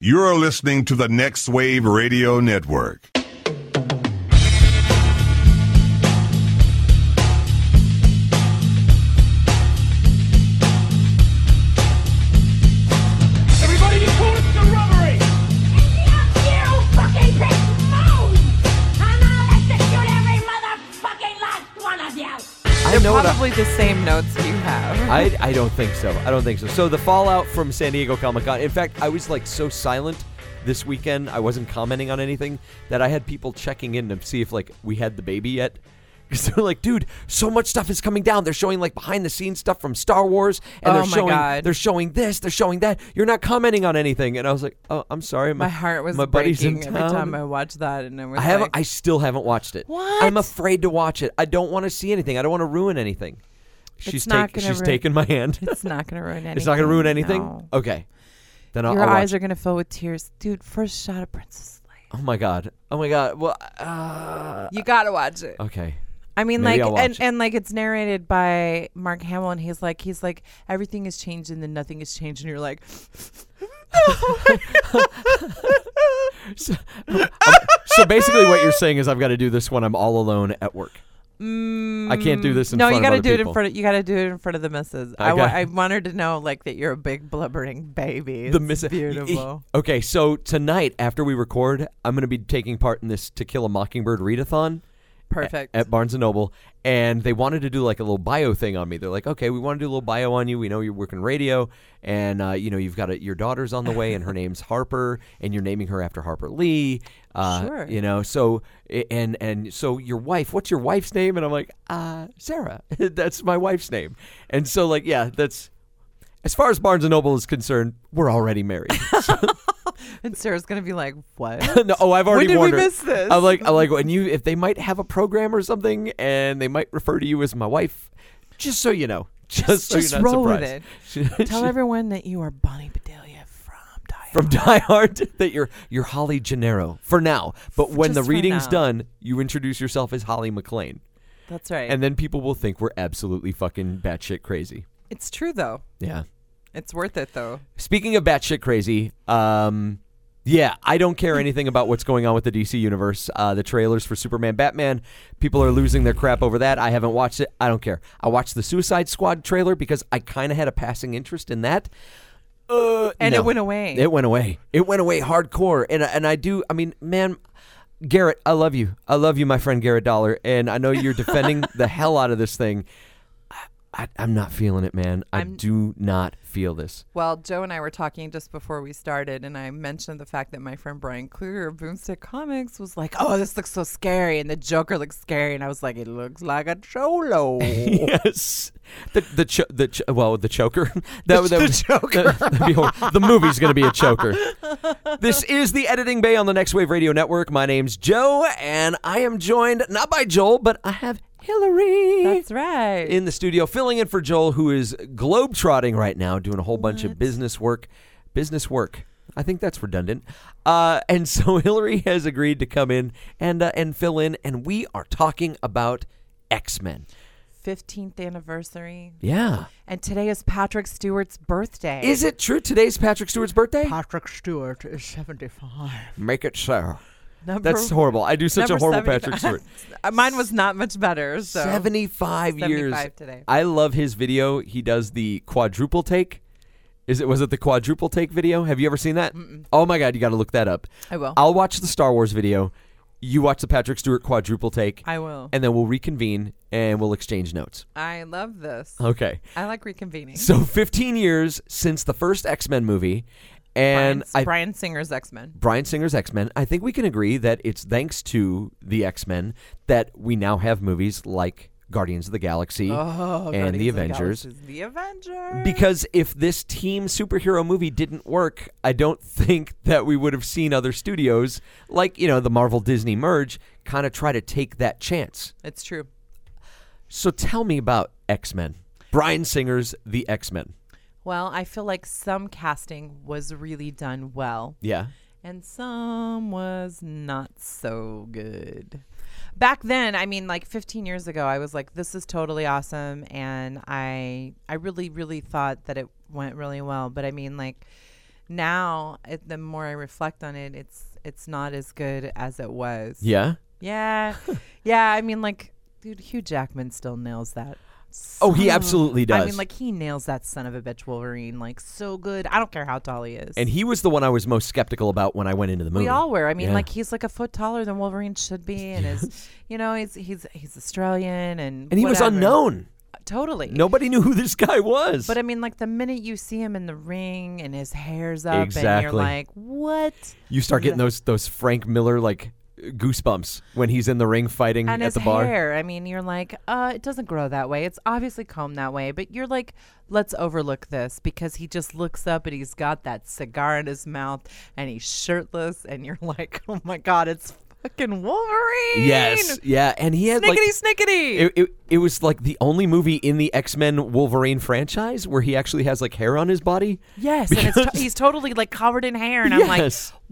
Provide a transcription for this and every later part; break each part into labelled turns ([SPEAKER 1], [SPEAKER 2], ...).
[SPEAKER 1] You're listening to the Next Wave Radio Network.
[SPEAKER 2] Everybody, you call it the robbery!
[SPEAKER 3] I know what I-
[SPEAKER 4] probably the same notes you have.
[SPEAKER 3] I, I don't think so. I don't think so. So the fallout from San Diego Comic Con. In fact, I was like so silent this weekend. I wasn't commenting on anything that I had people checking in to see if like we had the baby yet. Because they're like, dude, so much stuff is coming down. They're showing like behind the scenes stuff from Star Wars, and
[SPEAKER 4] Oh
[SPEAKER 3] they're
[SPEAKER 4] my
[SPEAKER 3] showing
[SPEAKER 4] God.
[SPEAKER 3] they're showing this, they're showing that. You're not commenting on anything, and I was like, oh, I'm sorry. My,
[SPEAKER 4] my heart was
[SPEAKER 3] my buddy's in
[SPEAKER 4] breaking every
[SPEAKER 3] town.
[SPEAKER 4] time I watched that, and I was
[SPEAKER 3] I haven't.
[SPEAKER 4] like,
[SPEAKER 3] I still haven't watched it.
[SPEAKER 4] What?
[SPEAKER 3] I'm afraid to watch it. I don't want to see anything. I don't want to ruin anything. She's
[SPEAKER 4] not
[SPEAKER 3] taking.
[SPEAKER 4] gonna
[SPEAKER 3] She's
[SPEAKER 4] ruin-
[SPEAKER 3] taking my hand.
[SPEAKER 4] it's not gonna ruin anything.
[SPEAKER 3] It's not going to ruin anything. Uh,
[SPEAKER 4] no.
[SPEAKER 3] Okay. Then I'll,
[SPEAKER 4] Your
[SPEAKER 3] I'll
[SPEAKER 4] eyes
[SPEAKER 3] watch.
[SPEAKER 4] are gonna fill with tears, dude. First shot of Princess Leia.
[SPEAKER 3] Oh my god. Oh my god. Well. Uh,
[SPEAKER 4] You gotta watch it.
[SPEAKER 3] okay.
[SPEAKER 4] I mean,
[SPEAKER 3] Maybe
[SPEAKER 4] like,
[SPEAKER 3] I'll
[SPEAKER 4] and,
[SPEAKER 3] watch it.
[SPEAKER 4] and like, it's narrated by Mark Hamill, and he's like, he's like, everything has changed, and then nothing has changed, and you're like,
[SPEAKER 3] So, so basically, what you're saying is I've got to do this when I'm all alone at work. I can't do this in
[SPEAKER 4] Mm, no,
[SPEAKER 3] front
[SPEAKER 4] you
[SPEAKER 3] of
[SPEAKER 4] gotta
[SPEAKER 3] other
[SPEAKER 4] do it in
[SPEAKER 3] people.
[SPEAKER 4] front of you gotta do it in front of the missus.
[SPEAKER 3] I
[SPEAKER 4] I, wa-
[SPEAKER 3] got-
[SPEAKER 4] I want her to know like that you're a big blubbering baby.
[SPEAKER 3] the
[SPEAKER 4] It's
[SPEAKER 3] miss-
[SPEAKER 4] beautiful.
[SPEAKER 3] Okay, so tonight after we record, I'm going to be taking part in this To Kill a Mockingbird readathon.
[SPEAKER 4] Perfect.
[SPEAKER 3] at Barnes and Noble, and they wanted to do like a little bio thing on me. They're like, "Okay, we want to do a little bio on you. We know you're working radio, and uh, you know you've got a, your daughter's on the way, and her name's Harper, and you're naming her after Harper Lee. Uh,
[SPEAKER 4] Sure.
[SPEAKER 3] You know, so i- and and so your wife. What's your wife's name? And I'm like, uh, Sarah. that's my wife's name. And so like, yeah, that's. As far as Barnes and Noble is concerned, we're already married.
[SPEAKER 4] and Sarah's gonna be like, what?
[SPEAKER 3] no, oh, I've already
[SPEAKER 4] did we
[SPEAKER 3] warned her.
[SPEAKER 4] miss this?
[SPEAKER 3] I'm like, I'm like, when you if they might have a program or something, and they might refer to you as my wife, just so you know, just, so
[SPEAKER 4] just
[SPEAKER 3] you're not
[SPEAKER 4] roll with
[SPEAKER 3] surprised.
[SPEAKER 4] it.
[SPEAKER 3] She-
[SPEAKER 4] Tell
[SPEAKER 3] she-
[SPEAKER 4] everyone that you are Bonnie Bedelia from Die.
[SPEAKER 3] from Die Hard that you're you're Holly Gennaro for now, but when the
[SPEAKER 4] Just for
[SPEAKER 3] reading's
[SPEAKER 4] now.
[SPEAKER 3] done, you introduce yourself as Holly McLean,
[SPEAKER 4] That's right.
[SPEAKER 3] and then people will think we're absolutely fucking batshit crazy.
[SPEAKER 4] it's true though.
[SPEAKER 3] Yeah.
[SPEAKER 4] It's worth it though.
[SPEAKER 3] Speaking of batshit crazy, um, yeah, I don't care anything about what's going on with the DC universe. Uh, the trailers for Superman, Batman, people are losing their crap over that. I haven't watched it. I don't care. I watched the Suicide Squad trailer because I kind of had a passing interest in that. Uh,
[SPEAKER 4] And
[SPEAKER 3] no.
[SPEAKER 4] it went away.
[SPEAKER 3] It went away. It went away hardcore. And uh, and I do. I mean, man, Garrett, I love you. I love you, my friend Garrett Dollar. And I know you're defending the hell out of this thing. I, I, I'm not feeling it, man. I
[SPEAKER 4] I'm-
[SPEAKER 3] do not feel this.
[SPEAKER 4] Well, Joe and I were talking just before we started, and I mentioned the fact that my friend Brian Kluger of Boomstick Comics was like, "Oh, this looks so scary," and the Joker looks scary, and I was like, "It looks like a cholo."
[SPEAKER 3] yes. The the cho- the ch- well the choker. That, would- that,
[SPEAKER 4] the
[SPEAKER 3] would- that- that'd be horrible. the movie's gonna be a choker. this is the editing bay on the Next Wave Radio Network. My name's Joe, and I am joined not by Joel, but I have Hillary.
[SPEAKER 4] That's right.
[SPEAKER 3] In the studio, filling in for Joel, who is globetrotting right now, doing a whole bunch of business work. Business work. I think that's redundant. Uh, and so Hillary has agreed to come in and uh, and fill in, and we are talking about X Men.
[SPEAKER 4] Fifteenth anniversary,
[SPEAKER 3] Yeah.
[SPEAKER 4] and today is Patrick Stewart's birthday.
[SPEAKER 3] Is it true today's Patrick Stewart's birthday?
[SPEAKER 4] Patrick Stewart is seventy-five.
[SPEAKER 3] Make it so.
[SPEAKER 4] Number,
[SPEAKER 3] That's horrible. I do such a
[SPEAKER 4] number
[SPEAKER 3] horrible
[SPEAKER 4] 75.
[SPEAKER 3] Patrick Stewart.
[SPEAKER 4] Uh, Mine was not much better. So
[SPEAKER 3] 75 years.
[SPEAKER 4] 75 today.
[SPEAKER 3] I love his video. He does the quadruple take. Is it was it the quadruple take video? Have you ever seen that? Oh my god, you got to look that up.
[SPEAKER 4] I will.
[SPEAKER 3] I'll watch the Star Wars video. You watch the Patrick Stewart quadruple take.
[SPEAKER 4] I will.
[SPEAKER 3] And then we'll reconvene and we'll exchange notes.
[SPEAKER 4] I love this.
[SPEAKER 3] Okay.
[SPEAKER 4] I like reconvening.
[SPEAKER 3] So 15 years since the first X-Men movie and
[SPEAKER 4] Brian,
[SPEAKER 3] I
[SPEAKER 4] Brian Singer's X Men.
[SPEAKER 3] Brian Singer's X Men. I think we can agree that it's thanks to the X Men that we now have movies like Guardians of the Galaxy
[SPEAKER 4] Oh,
[SPEAKER 3] and the Avengers.
[SPEAKER 4] the Avengers.
[SPEAKER 3] because if this team superhero movie didn't work, I don't think that we would have seen other studios like, you know, the Marvel Disney merge kind of try to take that chance.
[SPEAKER 4] it's true.
[SPEAKER 3] So tell me about X Men. Brian Singer's The X Men.
[SPEAKER 4] Well, I feel like some casting was really done well,
[SPEAKER 3] Yeah.
[SPEAKER 4] and some was not so good. Back then, I mean, like 15 years ago, I was like, "This is totally awesome," and I, I really, really thought that it went really well. But I mean, like, now it, the more I reflect on it, it's it's not as good as it was.
[SPEAKER 3] Yeah.
[SPEAKER 4] Yeah. yeah. I mean, like, dude, Hugh Jackman still nails that.
[SPEAKER 3] Oh, he
[SPEAKER 4] so-
[SPEAKER 3] absolutely
[SPEAKER 4] Ah. I
[SPEAKER 3] does.
[SPEAKER 4] mean, like, he nails that son of a bitch Wolverine, like, so good. I don't care how tall he is.
[SPEAKER 3] And he was the one I was most skeptical about when I went into the movie.
[SPEAKER 4] we all were. I mean,
[SPEAKER 3] Yeah.
[SPEAKER 4] like, he's like a foot taller than Wolverine should be, and is, you know, he's he's he's Australian, and
[SPEAKER 3] and he was
[SPEAKER 4] whatever.
[SPEAKER 3] unknown.
[SPEAKER 4] Totally.
[SPEAKER 3] Nobody knew who this guy was.
[SPEAKER 4] But I mean, like the minute you see him in the ring and his hair's up, and you're
[SPEAKER 3] Exactly.
[SPEAKER 4] like, "What?"
[SPEAKER 3] you start getting those those Frank Miller like goosebumps when he's in the ring fighting
[SPEAKER 4] and
[SPEAKER 3] at
[SPEAKER 4] his
[SPEAKER 3] the bar.
[SPEAKER 4] hair. I mean, you're like, uh, it doesn't grow that way. It's obviously combed that way, but you're like, let's overlook this because he just looks up and he's got that cigar in his mouth and he's shirtless, and you're like, oh my god, it's fucking Wolverine.
[SPEAKER 3] Yes, yeah, and he had like
[SPEAKER 4] snickety snickety.
[SPEAKER 3] it, it, it was like the only movie in the X Men Wolverine franchise where he actually has like hair on his body.
[SPEAKER 4] yes, and it's
[SPEAKER 3] because-
[SPEAKER 4] t- he's totally like covered in hair, and
[SPEAKER 3] Yes.
[SPEAKER 4] I'm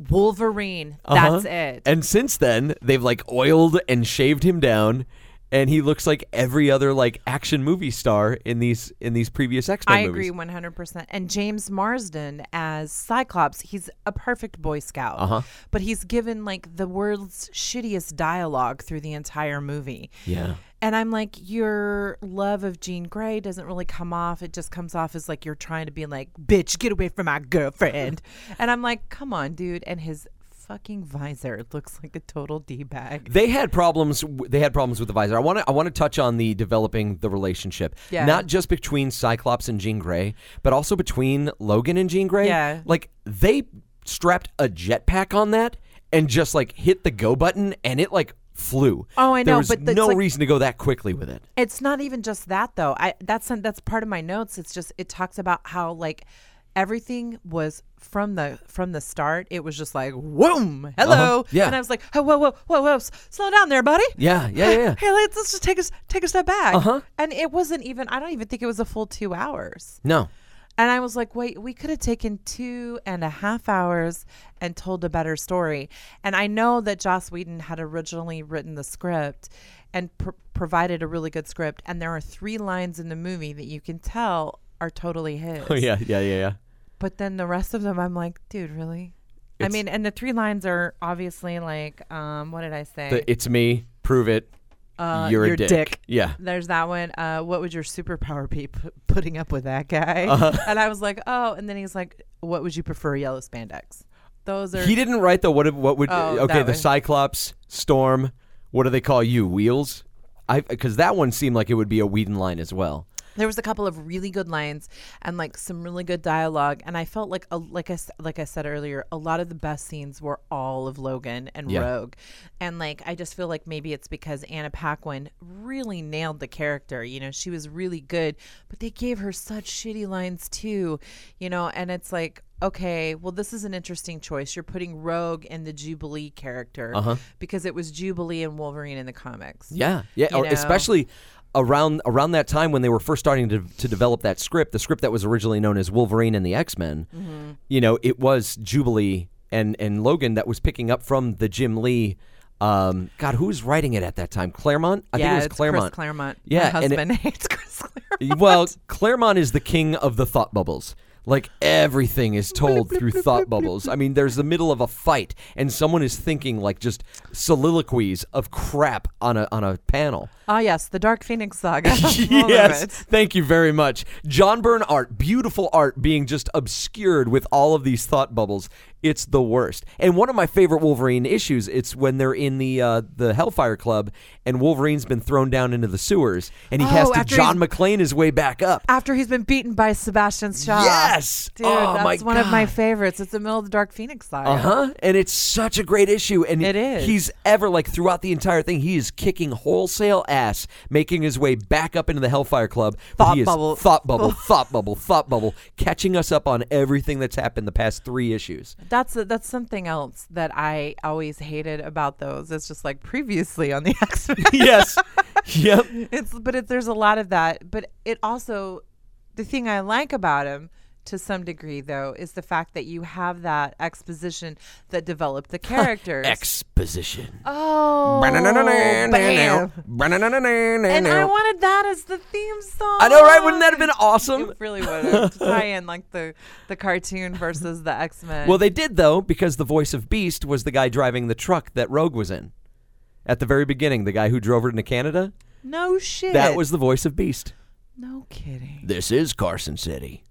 [SPEAKER 4] like, Wolverine.
[SPEAKER 3] Uh-huh.
[SPEAKER 4] That's it.
[SPEAKER 3] And since then, they've like oiled and shaved him down, and he looks like every other like action movie star in these in these previous X Men
[SPEAKER 4] I
[SPEAKER 3] movies.
[SPEAKER 4] agree 100%. And James Marsden as Cyclops, he's a perfect Boy Scout.
[SPEAKER 3] Uh-huh.
[SPEAKER 4] But he's given like the world's shittiest dialogue through the entire movie.
[SPEAKER 3] Yeah.
[SPEAKER 4] And I'm like, your love of Jean Grey doesn't really come off. It just comes off as like you're trying to be like, bitch, get away from my girlfriend. and I'm like, come on, dude. And his fucking visor looks like a total D bag.
[SPEAKER 3] They had problems. w- They had problems with the visor. I want to. I want to touch on the developing the relationship,
[SPEAKER 4] Yeah.
[SPEAKER 3] not just between Cyclops and Jean Grey, but also between Logan and Jean Grey.
[SPEAKER 4] Yeah.
[SPEAKER 3] like they strapped a jetpack on that and just like hit the go button, and it like flew.
[SPEAKER 4] Oh, I
[SPEAKER 3] There
[SPEAKER 4] know,
[SPEAKER 3] was
[SPEAKER 4] but it's
[SPEAKER 3] no
[SPEAKER 4] like-
[SPEAKER 3] reason to go that quickly with it.
[SPEAKER 4] It's not even just that though. I that's that's part of my notes. It's just it talks about how like everything was from the from the start. It was just like whoom, hello,
[SPEAKER 3] Uh-huh. Yeah.
[SPEAKER 4] And I was like, oh, whoa, whoa, whoa, whoa, s- slow down there, buddy.
[SPEAKER 3] Yeah, yeah, yeah, yeah.
[SPEAKER 4] Hey, let's, let's just take us take a step back.
[SPEAKER 3] Uh-huh.
[SPEAKER 4] And it wasn't even. I don't even think it was a full two hours.
[SPEAKER 3] No.
[SPEAKER 4] And I was like, wait, we could have taken two and a half hours and told a better story. And I know that Joss Whedon had originally written the script and pr- provided a really good script. And there are three lines in the movie that you can tell are totally his.
[SPEAKER 3] Oh yeah, yeah, yeah, yeah.
[SPEAKER 4] But then the rest of them, I'm like, dude, really? I
[SPEAKER 3] It's-
[SPEAKER 4] mean, and the three lines are obviously like, um, what did I say?
[SPEAKER 3] The it's me. Prove it.
[SPEAKER 4] Uh,
[SPEAKER 3] you're
[SPEAKER 4] your
[SPEAKER 3] a dick.
[SPEAKER 4] dick.
[SPEAKER 3] Yeah.
[SPEAKER 4] There's that one. Uh, what would your superpower be p- putting up with that guy?
[SPEAKER 3] Uh-huh.
[SPEAKER 4] And I was like, oh. And then he's like, what would you prefer, yellow spandex? Those are.
[SPEAKER 3] He didn't write the what? What would?
[SPEAKER 4] Oh,
[SPEAKER 3] okay,
[SPEAKER 4] that
[SPEAKER 3] the
[SPEAKER 4] way.
[SPEAKER 3] Cyclops, Storm. What do they call you? Wheels. I because that one seemed like it would be a Whedon line as well.
[SPEAKER 4] there was a couple of really good lines and like some really good dialogue. And I felt like, a, like I s- like I said earlier, a lot of the best scenes were all of Logan and
[SPEAKER 3] Yeah.
[SPEAKER 4] Rogue. And like I just feel like maybe it's because Anna Paquin really nailed the character. You know, she was really good, but they gave her such shitty lines too. You know, and it's like okay, well, this is an interesting choice. You're putting Rogue in the Jubilee character because it was Jubilee and Wolverine in the comics.
[SPEAKER 3] Uh-huh. Yeah, yeah.
[SPEAKER 4] You
[SPEAKER 3] or
[SPEAKER 4] know?
[SPEAKER 3] Especially around around that time when they were first starting to, to develop that script, the script that was originally known as Wolverine and the X Men.
[SPEAKER 4] Mm-hmm.
[SPEAKER 3] You know, it was Jubilee and and Logan that was picking up from the Jim Lee. Um, God, who was writing it at that time? Claremont. I
[SPEAKER 4] yeah,
[SPEAKER 3] think it
[SPEAKER 4] it's
[SPEAKER 3] was Claremont.
[SPEAKER 4] Chris Claremont.
[SPEAKER 3] Yeah,
[SPEAKER 4] my
[SPEAKER 3] and it-
[SPEAKER 4] husband hates Chris Claremont.
[SPEAKER 3] well, Claremont is the king of the thought bubbles. Like everything is told through thought bubbles. I mean, there's the middle of a fight, and someone is thinking like just soliloquies of crap on a on a panel.
[SPEAKER 4] Ah, yes, the Dark Phoenix saga. All of
[SPEAKER 3] yes,
[SPEAKER 4] it.
[SPEAKER 3] thank you very much. John Byrne art, beautiful art, being just obscured with all of these thought bubbles. It's the worst. And one of my favorite Wolverine issues. It's when they're in the uh, the Hellfire Club, and Wolverine's been thrown down into the sewers, and he
[SPEAKER 4] Oh,
[SPEAKER 3] has to
[SPEAKER 4] after he's-
[SPEAKER 3] John McClane his way back up.
[SPEAKER 4] After he's been beaten by Sebastian Shaw.
[SPEAKER 3] Yes!
[SPEAKER 4] Dude,
[SPEAKER 3] Oh,
[SPEAKER 4] that's
[SPEAKER 3] my
[SPEAKER 4] one of my
[SPEAKER 3] God.
[SPEAKER 4] favorites. It's the middle of the Dark Phoenix saga.
[SPEAKER 3] Uh huh. And it's such a great issue. And
[SPEAKER 4] It is.
[SPEAKER 3] He's ever like throughout the entire thing, he is kicking wholesale ass, making his way back up into the Hellfire Club. But
[SPEAKER 4] Thought
[SPEAKER 3] he is
[SPEAKER 4] bubble.
[SPEAKER 3] Thought bubble. thought bubble. Thought bubble. Catching us up on everything that's happened the past three issues.
[SPEAKER 4] That's that's something else that I always hated about those. It's just like previously on the X Men.
[SPEAKER 3] yes. Yep.
[SPEAKER 4] it's but it, there's a lot of that. But it also, the thing I like about him to some degree, though, is the fact that you have that exposition that developed the characters.
[SPEAKER 3] Exposition.
[SPEAKER 4] oh, bam. And I wanted that as the theme song.
[SPEAKER 3] I know, right? Wouldn't that have been awesome?
[SPEAKER 4] Oh, It really would have to tie in like the the cartoon versus the X Men.
[SPEAKER 3] Well, they did though because the voice of Beast was the guy driving the truck that Rogue was in at the very beginning. The guy who drove her into Canada.
[SPEAKER 4] no shit.
[SPEAKER 3] That was the voice of Beast.
[SPEAKER 4] no kidding.
[SPEAKER 3] This is Carson City.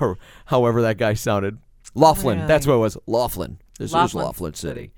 [SPEAKER 3] or however that guy sounded. Laughlin. That's what it was. Laughlin. This is
[SPEAKER 4] Laughlin
[SPEAKER 3] Laughlin City.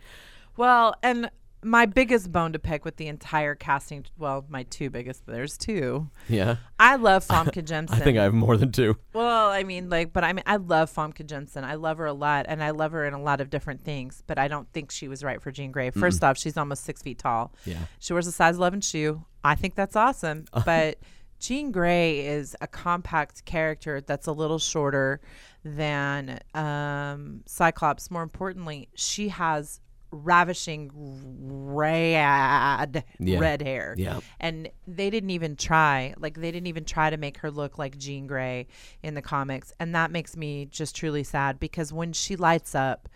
[SPEAKER 4] Well, and my biggest bone to pick with the entire casting. Well, my two biggest. There's two.
[SPEAKER 3] Yeah.
[SPEAKER 4] I love Famke Jensen.
[SPEAKER 3] I think I have more than two.
[SPEAKER 4] Well, I mean, like, but I mean, I love Famke Jensen. I love her a lot, and I love her in a lot of different things. But I don't think she was right for Jean Grey. 1st off, she's almost six feet tall.
[SPEAKER 3] Yeah.
[SPEAKER 4] she wears a size eleven shoe. I think that's awesome. But Jean Grey is a compact character that's a little shorter than um, Cyclops. More importantly, she has ravishing red
[SPEAKER 3] Yeah.
[SPEAKER 4] red hair
[SPEAKER 3] Yeah.
[SPEAKER 4] and they didn't even try like they didn't even try to make her look like jean gray in the comics and that makes me just truly sad because when she lights up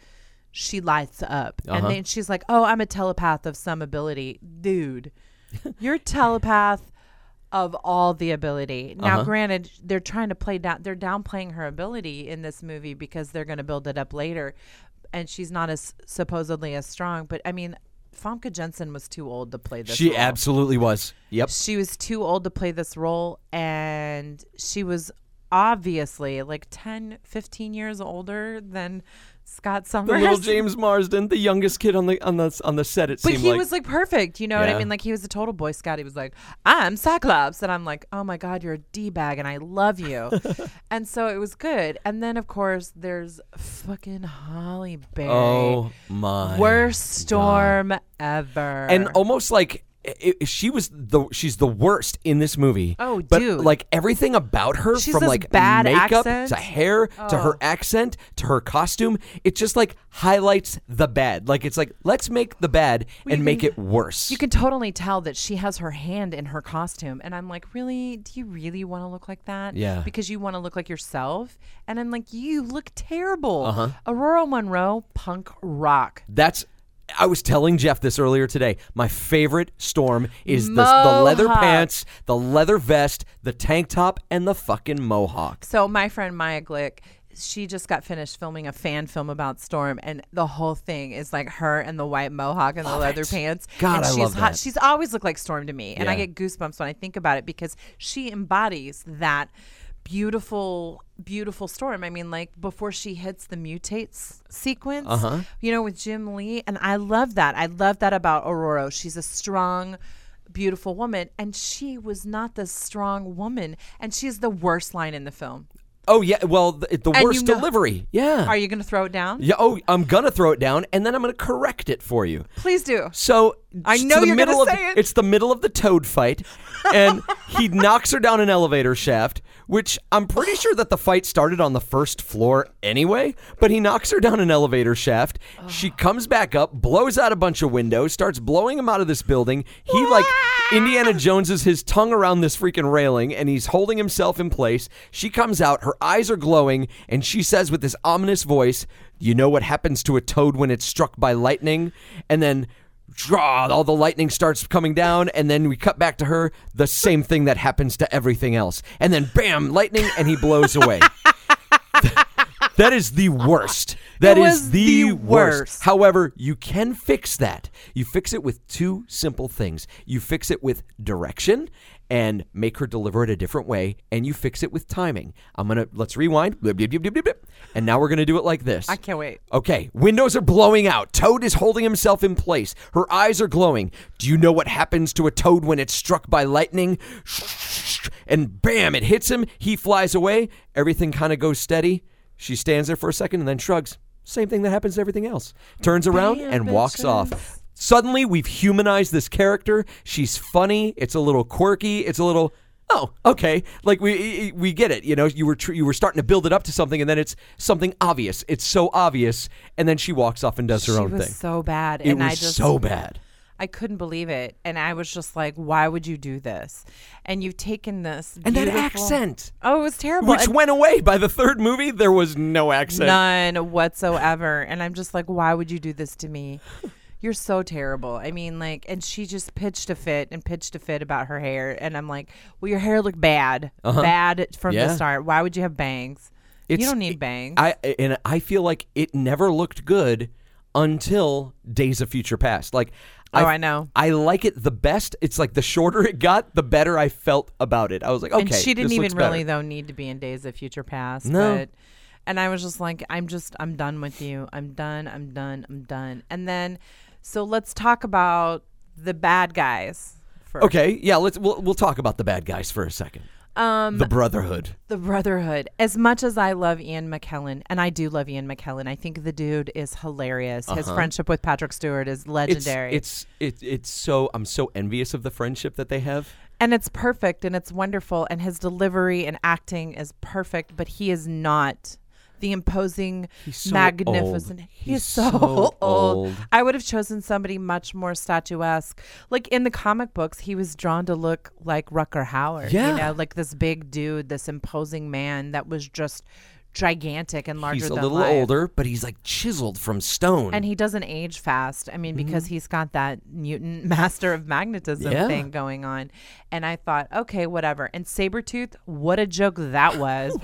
[SPEAKER 4] she lights up and
[SPEAKER 3] Uh-huh.
[SPEAKER 4] then she's like oh i'm a telepath of some ability dude you're a telepath of all the ability now
[SPEAKER 3] Uh-huh.
[SPEAKER 4] granted they're trying to play down they're downplaying her ability in this movie because they're going to build it up later and she's not as supposedly as strong but i mean Famke Jensen was too old to play this.
[SPEAKER 3] She
[SPEAKER 4] role
[SPEAKER 3] absolutely was. Yep.
[SPEAKER 4] she was too old to play this role and she was obviously like 10 15 years older than scott
[SPEAKER 3] The
[SPEAKER 4] summers
[SPEAKER 3] little James Marsden, the youngest kid on the on the on the set. It
[SPEAKER 4] but
[SPEAKER 3] seemed
[SPEAKER 4] he
[SPEAKER 3] like.
[SPEAKER 4] was like perfect you know what
[SPEAKER 3] Yeah.
[SPEAKER 4] i mean like he was a total boy scout he was like i'm cyclops and i'm like oh my god you're a d-bag and i love you and so it was good and then of course there's fucking holly berry
[SPEAKER 3] oh my.
[SPEAKER 4] worst storm ever
[SPEAKER 3] and almost like i i she was the she's the worst in this movie.
[SPEAKER 4] Oh,
[SPEAKER 3] but
[SPEAKER 4] dude.
[SPEAKER 3] like everything about her,
[SPEAKER 4] She's
[SPEAKER 3] from
[SPEAKER 4] this
[SPEAKER 3] like
[SPEAKER 4] bad
[SPEAKER 3] makeup to
[SPEAKER 4] accent. Oh.
[SPEAKER 3] hair to her accent to her costume, it just like highlights the bad. Like it's like let's make the bad and
[SPEAKER 4] you
[SPEAKER 3] make
[SPEAKER 4] can-
[SPEAKER 3] it worse.
[SPEAKER 4] You can totally tell that she has her hand in her costume. And I'm like, really? Do you really want to look like that?
[SPEAKER 3] Yeah.
[SPEAKER 4] Because you want to look like yourself? And I'm like, you look terrible.
[SPEAKER 3] Uh-huh.
[SPEAKER 4] Aurora Monroe, punk rock.
[SPEAKER 3] That's. I was telling Jeff this earlier today. My favorite storm is the, the leather
[SPEAKER 4] Mohawk.
[SPEAKER 3] pants, the leather vest, the tank top, and the fucking mohawk.
[SPEAKER 4] So my friend Maya Glick, she just got finished filming a fan film about Storm, and the whole thing is like her and the white mohawk and the leather pants.
[SPEAKER 3] God,
[SPEAKER 4] and
[SPEAKER 3] I
[SPEAKER 4] she's
[SPEAKER 3] love
[SPEAKER 4] hot.
[SPEAKER 3] that.
[SPEAKER 4] She's always looked like Storm to me, and I
[SPEAKER 3] Yeah.
[SPEAKER 4] get goosebumps when I think about it because she embodies that beautiful beautiful storm i mean like before she hits the mutates sequence
[SPEAKER 3] Uh-huh.
[SPEAKER 4] you know with jim lee and i love that i love that about aurora she's a strong beautiful woman and she was not the strong woman and she's the worst line in the film
[SPEAKER 3] Oh yeah, well the, the
[SPEAKER 4] And
[SPEAKER 3] worst
[SPEAKER 4] you know-
[SPEAKER 3] delivery. Yeah.
[SPEAKER 4] are you going to throw it down?
[SPEAKER 3] Uh, Yeah. Oh, I'm gonna throw it down, and then I'm gonna correct it for you.
[SPEAKER 4] Please do.
[SPEAKER 3] So
[SPEAKER 4] I
[SPEAKER 3] it's
[SPEAKER 4] know
[SPEAKER 3] the
[SPEAKER 4] you're gonna
[SPEAKER 3] middle of-
[SPEAKER 4] say it.
[SPEAKER 3] It's the middle of the toad fight, and he knocks her down an elevator shaft. Which I'm pretty sure that the fight started on the first floor anyway. But he knocks her down an elevator shaft. She comes back up, blows out a bunch of windows, starts blowing him out of this building. He like Indiana Jones is his tongue around this freaking railing, and he's holding himself in place. She comes out, her eyes are glowing, and she says with this ominous voice, "You know what happens to a toad when it's struck by lightning?" And then draw all the lightning starts coming down and then we cut back to her the same thing that happens to everything else and then bam lightning and he blows away that is the worst That
[SPEAKER 4] It
[SPEAKER 3] is
[SPEAKER 4] was
[SPEAKER 3] the,
[SPEAKER 4] the
[SPEAKER 3] worst
[SPEAKER 4] worst.
[SPEAKER 3] however you can fix that you fix it with two simple things you fix it with direction and make her deliver it a different way and you fix it with timing i'm gonna let's rewind blip, blip, blip, blip, blip, blip. and now we're gonna do it like this
[SPEAKER 4] I can't wait.
[SPEAKER 3] Okay, windows are blowing out. Toad is holding himself in place. Her eyes are glowing. Do you know what happens to a toad when it's struck by lightning? And bam, it hits him. He flies away. Everything kind of goes steady. She stands there for a second and then shrugs. Same thing that happens to everything else. Turns around and walks off. Suddenly, we've humanized this character. She's funny. It's a little quirky. It's a little oh okay like we we get it you know you were tr- you were starting to build it up to something and then it's something obvious it's so obvious and then she walks off and does her
[SPEAKER 4] she
[SPEAKER 3] own
[SPEAKER 4] was
[SPEAKER 3] thing
[SPEAKER 4] so bad,
[SPEAKER 3] it
[SPEAKER 4] and
[SPEAKER 3] was
[SPEAKER 4] I just
[SPEAKER 3] so bad
[SPEAKER 4] I couldn't believe it, and I was just like, "Why would you do this?" And you've taken this
[SPEAKER 3] And that
[SPEAKER 4] beautiful-
[SPEAKER 3] accent.
[SPEAKER 4] Oh, it was terrible.
[SPEAKER 3] Which
[SPEAKER 4] And-
[SPEAKER 3] went away by the third movie. There was no accent.
[SPEAKER 4] None whatsoever. And I'm just like, why would you do this to me? You're so terrible. I mean, like, and she just pitched a fit and pitched a fit about her hair. And I'm like, well, your hair looked bad, bad from
[SPEAKER 3] Uh-huh. Yeah.
[SPEAKER 4] the start. Why would you have bangs?
[SPEAKER 3] It's-
[SPEAKER 4] you don't need bangs.
[SPEAKER 3] I and I feel like it never looked good until Days of Future Past. Like,
[SPEAKER 4] Oh, I know.
[SPEAKER 3] I like it the best. It's like the shorter it got, the better I felt about it. I was like, okay,
[SPEAKER 4] and she didn't
[SPEAKER 3] this
[SPEAKER 4] even
[SPEAKER 3] looks better.
[SPEAKER 4] really though need to be in Days of Future Past.
[SPEAKER 3] No.
[SPEAKER 4] But, and I was just like, I'm just, I'm done with you. I'm done. I'm done. I'm done. And then, so let's talk about the bad guys. First.
[SPEAKER 3] Okay, yeah. Let's we'll, we'll talk about the bad guys for a second. Um, the Brotherhood.
[SPEAKER 4] The Brotherhood. As much as I love Ian McKellen, and I do love Ian McKellen, I think the dude is hilarious. His friendship with Patrick Stewart is
[SPEAKER 3] Uh-huh. It's
[SPEAKER 4] legendary.
[SPEAKER 3] it's it, it's so I'm so envious of the friendship that they have.
[SPEAKER 4] and it's perfect and it's wonderful. And his delivery and acting is perfect, but he is not the imposing,
[SPEAKER 3] so
[SPEAKER 4] magnificent.
[SPEAKER 3] old.
[SPEAKER 4] He
[SPEAKER 3] He's
[SPEAKER 4] is so,
[SPEAKER 3] so
[SPEAKER 4] old.
[SPEAKER 3] old.
[SPEAKER 4] I would have chosen somebody much more statuesque. Like in the comic books, he was drawn to look like Rucker Howard.
[SPEAKER 3] Yeah.
[SPEAKER 4] You know, like this big dude, this imposing man that was just gigantic and larger
[SPEAKER 3] He's a
[SPEAKER 4] than
[SPEAKER 3] little
[SPEAKER 4] life.
[SPEAKER 3] older, but he's like chiseled from stone.
[SPEAKER 4] And he doesn't age fast. I mean, because he's got that mutant master of magnetism
[SPEAKER 3] Mm-hmm. Yeah.
[SPEAKER 4] thing going on. And I thought, okay, whatever. And Sabretooth, what a joke that was.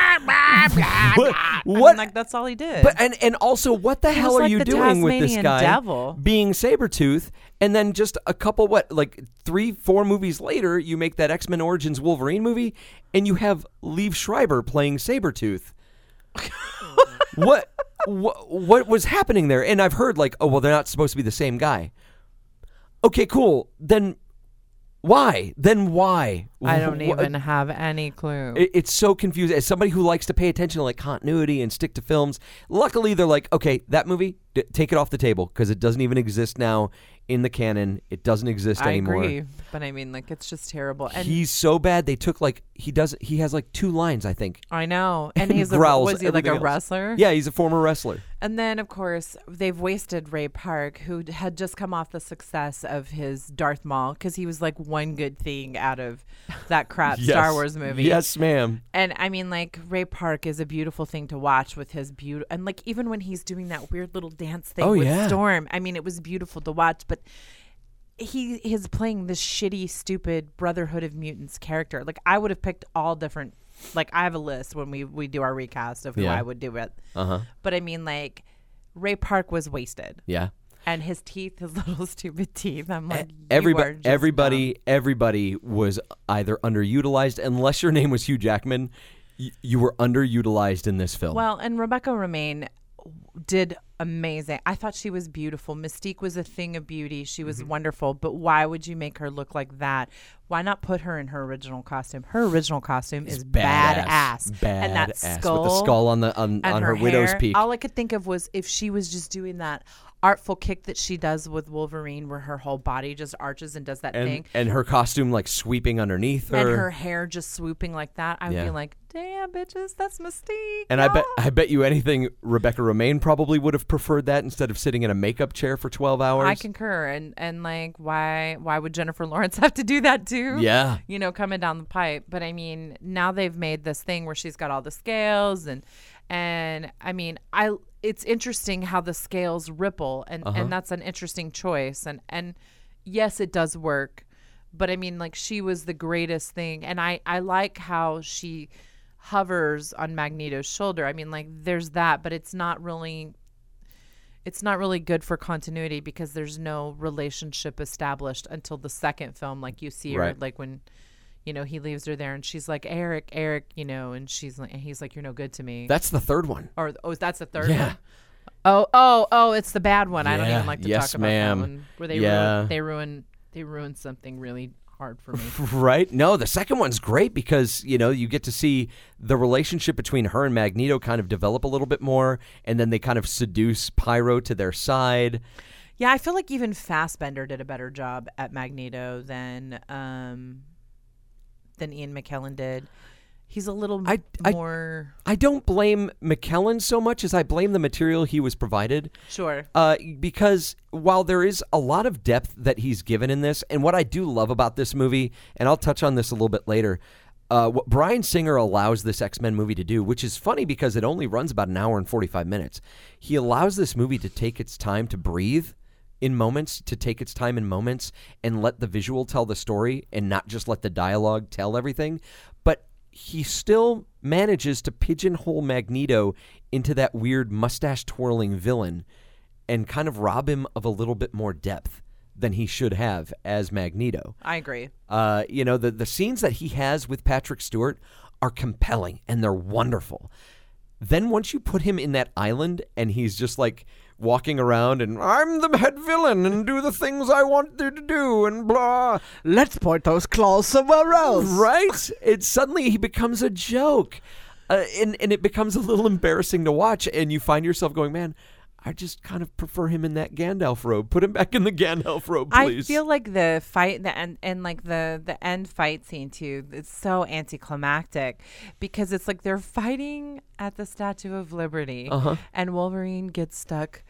[SPEAKER 3] what?
[SPEAKER 4] I'm
[SPEAKER 3] what
[SPEAKER 4] like, that's all he did.
[SPEAKER 3] But uh, and and also, what the hell
[SPEAKER 4] was
[SPEAKER 3] are
[SPEAKER 4] like
[SPEAKER 3] you
[SPEAKER 4] the
[SPEAKER 3] doing with this
[SPEAKER 4] Tasmanian
[SPEAKER 3] guy
[SPEAKER 4] devil.
[SPEAKER 3] being Sabretooth? And then just a couple what like three, four movies later, you make that X Men Origins Wolverine movie, and you have Liev Schreiber playing Sabretooth. what, what what was happening there? And I've heard like, oh well, they're not supposed to be the same guy. Okay, cool. Then why? Then why?
[SPEAKER 4] I don't
[SPEAKER 3] Wh-
[SPEAKER 4] even have any clue.
[SPEAKER 3] It, it's so confusing. As somebody who likes to pay attention to like continuity and stick to films, luckily they're like, okay, that movie, d- take it off the table because it doesn't even exist now in the canon. It doesn't exist
[SPEAKER 4] I
[SPEAKER 3] anymore.
[SPEAKER 4] agree. But I mean, like, it's just terrible. And
[SPEAKER 3] He's so bad. They took like he does. He has like two lines, I think.
[SPEAKER 4] I know. And
[SPEAKER 3] and
[SPEAKER 4] he's a,
[SPEAKER 3] growls
[SPEAKER 4] was he like a
[SPEAKER 3] everything else.
[SPEAKER 4] wrestler?
[SPEAKER 3] Yeah, he's a former wrestler.
[SPEAKER 4] And then, of course, they've wasted Ray Park, who d- had just come off the success of his Darth Maul, because he was like one good thing out of that crap Star Wars movie.
[SPEAKER 3] Yes, ma'am.
[SPEAKER 4] And I mean, like Ray Park is a beautiful thing to watch with his beauty, and like even when he's doing that weird little dance thing
[SPEAKER 3] Oh,
[SPEAKER 4] with
[SPEAKER 3] yeah.
[SPEAKER 4] Storm, I mean, it was beautiful to watch. But he is playing this shitty, stupid Brotherhood of Mutants character. Like I would have picked all different. Like I have a list when we we do our recast of who
[SPEAKER 3] Yeah. Uh-huh.
[SPEAKER 4] I would do it. But I mean, like Ray Park was wasted,
[SPEAKER 3] Yeah.
[SPEAKER 4] and his teeth, his little stupid teeth. I'm like, you are
[SPEAKER 3] Everybody,
[SPEAKER 4] just
[SPEAKER 3] E, everybody, everybody was either underutilized, unless your name was Hugh Jackman. Y- you were underutilized in this film.
[SPEAKER 4] Well, and Rebecca Romaine did amazing. I thought she was beautiful. Mystique was a thing of beauty. She
[SPEAKER 3] Mm-hmm.
[SPEAKER 4] was wonderful. But why would you make her look like that? Why not put her in her original costume? Her original costume is badass. And that
[SPEAKER 3] Badass.
[SPEAKER 4] skull.
[SPEAKER 3] with the skull on the on,
[SPEAKER 4] and
[SPEAKER 3] on her, widow's
[SPEAKER 4] hair.
[SPEAKER 3] peak.
[SPEAKER 4] All I could think of was if she was just doing that artful kick that she does with Wolverine, where her whole body just arches and does that
[SPEAKER 3] and,
[SPEAKER 4] thing,
[SPEAKER 3] and her costume like sweeping underneath her.
[SPEAKER 4] and her hair just swooping like that. I would
[SPEAKER 3] Yeah.
[SPEAKER 4] be like, "Damn, bitches, that's Mystique."
[SPEAKER 3] And I bet
[SPEAKER 4] y'all."
[SPEAKER 3] I bet you anything Rebecca Romaine probably would have preferred that instead of sitting in a makeup chair for 12 hours.
[SPEAKER 4] I concur, and and like why why would Jennifer Lawrence have to do that too?
[SPEAKER 3] Yeah.
[SPEAKER 4] you know, coming down the pipe. But I mean, now they've made this thing where she's got all the scales, and and I mean, I it's interesting how the scales ripple, and and that's an interesting choice, and and yes, it does work, but I mean, like she was the greatest thing, and I I like how she hovers on Magneto's shoulder. I mean, like there's that, but it's not really it's not really good for continuity because there's no relationship established until the second film like you see her
[SPEAKER 3] Right.
[SPEAKER 4] like when you know he leaves her there and she's like eric eric you know and she's like and he's like you're no good to me
[SPEAKER 3] That's the third one.
[SPEAKER 4] or oh that's the third
[SPEAKER 3] Yeah.
[SPEAKER 4] one Oh, oh, oh! It's the bad one. I don't
[SPEAKER 3] Yeah.
[SPEAKER 4] even like to
[SPEAKER 3] Yes,
[SPEAKER 4] talk about
[SPEAKER 3] ma'am.
[SPEAKER 4] that one. Where they
[SPEAKER 3] Yeah.
[SPEAKER 4] ruin, they ruin, they ruin something really hard for me.
[SPEAKER 3] Right? No, the second one's great because, you know, you get to see the relationship between her and Magneto kind of develop a little bit more and then they kind of seduce Pyro to their side.
[SPEAKER 4] yeah, I feel like even Fassbender did a better job at Magneto than um than Ian McKellen did. He's a little
[SPEAKER 3] I- I-
[SPEAKER 4] more
[SPEAKER 3] I don't blame McKellen so much as I blame the material he was provided.
[SPEAKER 4] sure.
[SPEAKER 3] Uh, because while there is a lot of depth that he's given in this, and what I do love about this movie, and I'll touch on this a little bit later, uh, what Brian Singer allows this X Men movie to do, which is funny because it only runs about an hour and 45 minutes, he allows this movie to take its time to breathe in moments, to take its time in moments, and let the visual tell the story and not just let the dialogue tell everything. But he still manages to pigeonhole Magneto into that weird mustache twirling villain and kind of rob him of a little bit more depth than he should have as Magneto.
[SPEAKER 4] I agree.
[SPEAKER 3] Uh, you know, the, the scenes that he has with Patrick Stewart are compelling and they're wonderful. Then once you put him in that island and he's just like walking around and I'm the head villain and do the things I want you to do and blah.
[SPEAKER 5] Let's point those claws somewhere else.
[SPEAKER 3] Right? It suddenly he becomes a joke. Uh, and, and it becomes a little embarrassing to watch, and you find yourself going, man, I just kind of prefer him in that Gandalf robe. Put him back in the Gandalf robe,
[SPEAKER 4] I
[SPEAKER 3] please.
[SPEAKER 4] feel like the fight, the end, and like the the end fight scene too. It's so anticlimactic because it's like they're fighting at the Statue of Liberty,
[SPEAKER 3] Uh-huh.
[SPEAKER 4] and Wolverine gets stuck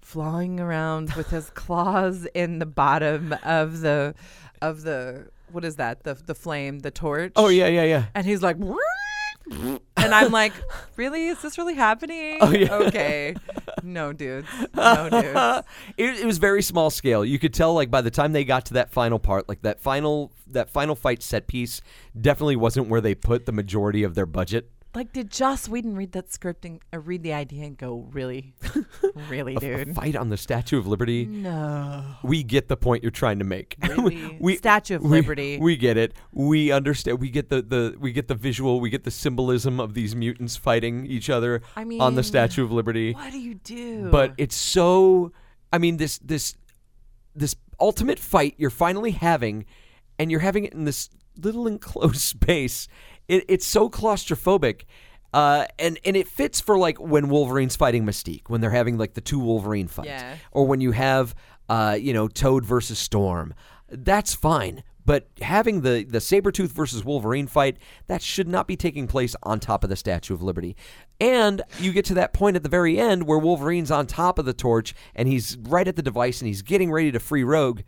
[SPEAKER 4] flying around with his claws in the bottom of the of the what is that the the flame the torch
[SPEAKER 3] oh, yeah, yeah, yeah.
[SPEAKER 4] and he's like and I'm like, really? Is this really happening?
[SPEAKER 3] Oh, yeah.
[SPEAKER 4] Okay. No, dudes. No, dudes.
[SPEAKER 3] Uh, it, it was very small scale. You could tell, like by the time they got to that final part, like that final that final fight set piece, definitely wasn't where they put the majority of their budget.
[SPEAKER 4] Like, did Joss Whedon read that script and uh, read the idea and go, really, really, dude?
[SPEAKER 3] Fight on the Statue of Liberty.
[SPEAKER 4] No,
[SPEAKER 3] We get the point you're trying to make.
[SPEAKER 4] Really? Statue of
[SPEAKER 3] we-
[SPEAKER 4] Liberty.
[SPEAKER 3] We, get it. We understand. We get the, the we get the visual. We get the symbolism of these mutants fighting each other
[SPEAKER 4] I
[SPEAKER 3] on
[SPEAKER 4] mean,
[SPEAKER 3] the Statue of Liberty.
[SPEAKER 4] what do you do?
[SPEAKER 3] but it's so i mean this this this ultimate fight you're finally having and you're having it in this little enclosed space it, it's so claustrophobic uh, and and it fits for like when Wolverine's fighting Mystique, when they're having like the two Wolverine fights,
[SPEAKER 4] Yeah.
[SPEAKER 3] or when you have uh, you know Toad versus Storm, that's fine. But having the the Sabretooth versus Wolverine fight, that should not be taking place on top of the Statue of Liberty. And you get to that point at the very end where Wolverine's on top of the torch and he's right at the device and he's getting ready to free Rogue.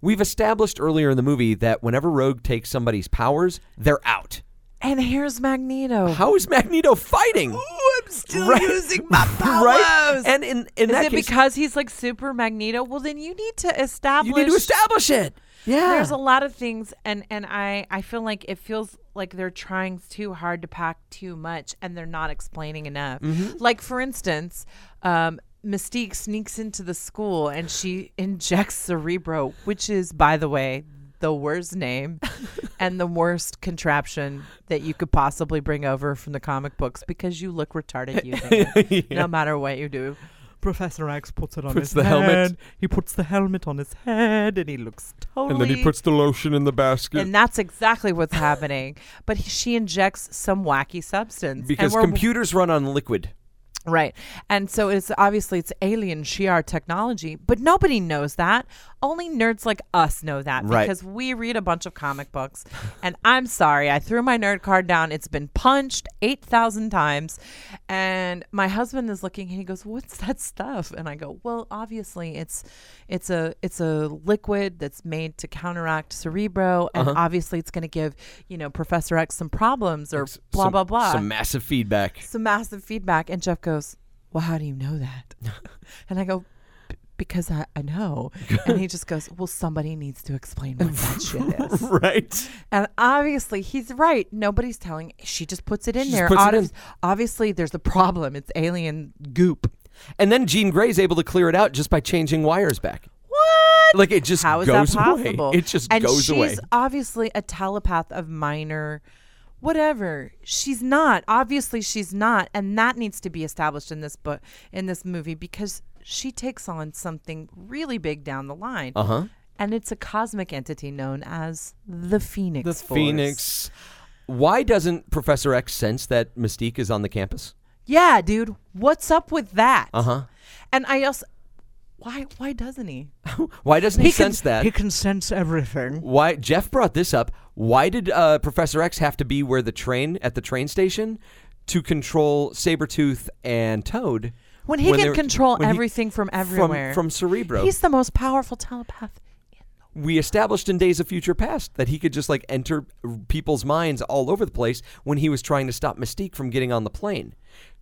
[SPEAKER 3] We've established earlier in the movie that whenever Rogue takes somebody's powers, they're out.
[SPEAKER 4] and here's Magneto.
[SPEAKER 3] How is Magneto fighting?
[SPEAKER 4] Oh, I'm still using my powers.
[SPEAKER 3] right? And in,
[SPEAKER 4] is
[SPEAKER 3] in that
[SPEAKER 4] it
[SPEAKER 3] case,
[SPEAKER 4] because he's like super Magneto? Well, then you need to establish.
[SPEAKER 3] you need to establish it. Yeah.
[SPEAKER 4] There's a lot of things, and and I I feel like it feels like they're trying too hard to pack too much, and they're not explaining enough.
[SPEAKER 3] Mm-hmm.
[SPEAKER 4] Like for instance, um, Mystique sneaks into the school and she injects Cerebro, which is by the way the worst name and the worst contraption that you could possibly bring over from the comic books because you look retarded using it, no matter what you do.
[SPEAKER 5] Professor X puts it on
[SPEAKER 3] Puts
[SPEAKER 5] his
[SPEAKER 3] the
[SPEAKER 5] head.
[SPEAKER 3] helmet.
[SPEAKER 5] He puts the helmet on his head and he looks totally
[SPEAKER 3] the lotion in the basket.
[SPEAKER 4] and that's exactly what's happening. But he, she injects some wacky substance and
[SPEAKER 3] because
[SPEAKER 4] we're-
[SPEAKER 3] computers run on liquid.
[SPEAKER 4] right? And so it's obviously it's alien Shiar technology, but nobody knows that. Only nerds like us know that
[SPEAKER 3] Right.
[SPEAKER 4] because we read a bunch of comic books. and I'm sorry, I threw my nerd card down. It's been punched eight thousand times, and my husband is looking and he goes, "What's that stuff?" And I go, "Well, obviously it's it's a it's a liquid that's made to counteract Cerebro, and
[SPEAKER 3] Uh-huh.
[SPEAKER 4] obviously it's going to give you know Professor X some problems or blah
[SPEAKER 3] Some-
[SPEAKER 4] blah blah."
[SPEAKER 3] Some massive feedback.
[SPEAKER 4] some massive feedback. And Jeff goes, Well, how do you know that? and I go, "B- Because I, I know. and he just goes, Well, somebody needs to explain what that shit is.
[SPEAKER 3] Right.
[SPEAKER 4] And obviously, he's right. Nobody's telling. She just puts it in
[SPEAKER 3] just
[SPEAKER 4] there.
[SPEAKER 3] puts it in.
[SPEAKER 4] Obvi- Obviously, there's a problem. It's alien goop.
[SPEAKER 3] And then Jean Grey's able to clear it out just by changing wires back.
[SPEAKER 4] What?
[SPEAKER 3] Like it just
[SPEAKER 4] How is
[SPEAKER 3] goes
[SPEAKER 4] that possible?
[SPEAKER 3] away. It just
[SPEAKER 4] and
[SPEAKER 3] goes
[SPEAKER 4] she's
[SPEAKER 3] away.
[SPEAKER 4] obviously a telepath of minor whatever. She's not. Obviously she's not. And that needs to be established in this book in this movie because she takes on something really big down the line. Uh-huh. And it's a cosmic entity known as the Phoenix.
[SPEAKER 3] The
[SPEAKER 4] Force.
[SPEAKER 3] Phoenix. Why doesn't Professor X sense that Mystique is on the campus? Uh-huh.
[SPEAKER 4] Yeah, dude. What's up with that? Uh huh. And I also, Why? Why doesn't he?
[SPEAKER 3] Why doesn't he, sense that?
[SPEAKER 6] He can sense everything.
[SPEAKER 3] Why Jeff brought this up? Why did uh, Professor X have to be where the train at the train station to control Sabretooth and Toad?
[SPEAKER 4] When he
[SPEAKER 3] they
[SPEAKER 4] can
[SPEAKER 3] were-
[SPEAKER 4] control
[SPEAKER 3] when he-
[SPEAKER 4] everything from everywhere.
[SPEAKER 3] from Cerebro.
[SPEAKER 4] He's the most powerful telepath.
[SPEAKER 3] we established in Days of Future Past that he could just like enter people's minds all over the place when he was trying to stop Mystique from getting on the plane.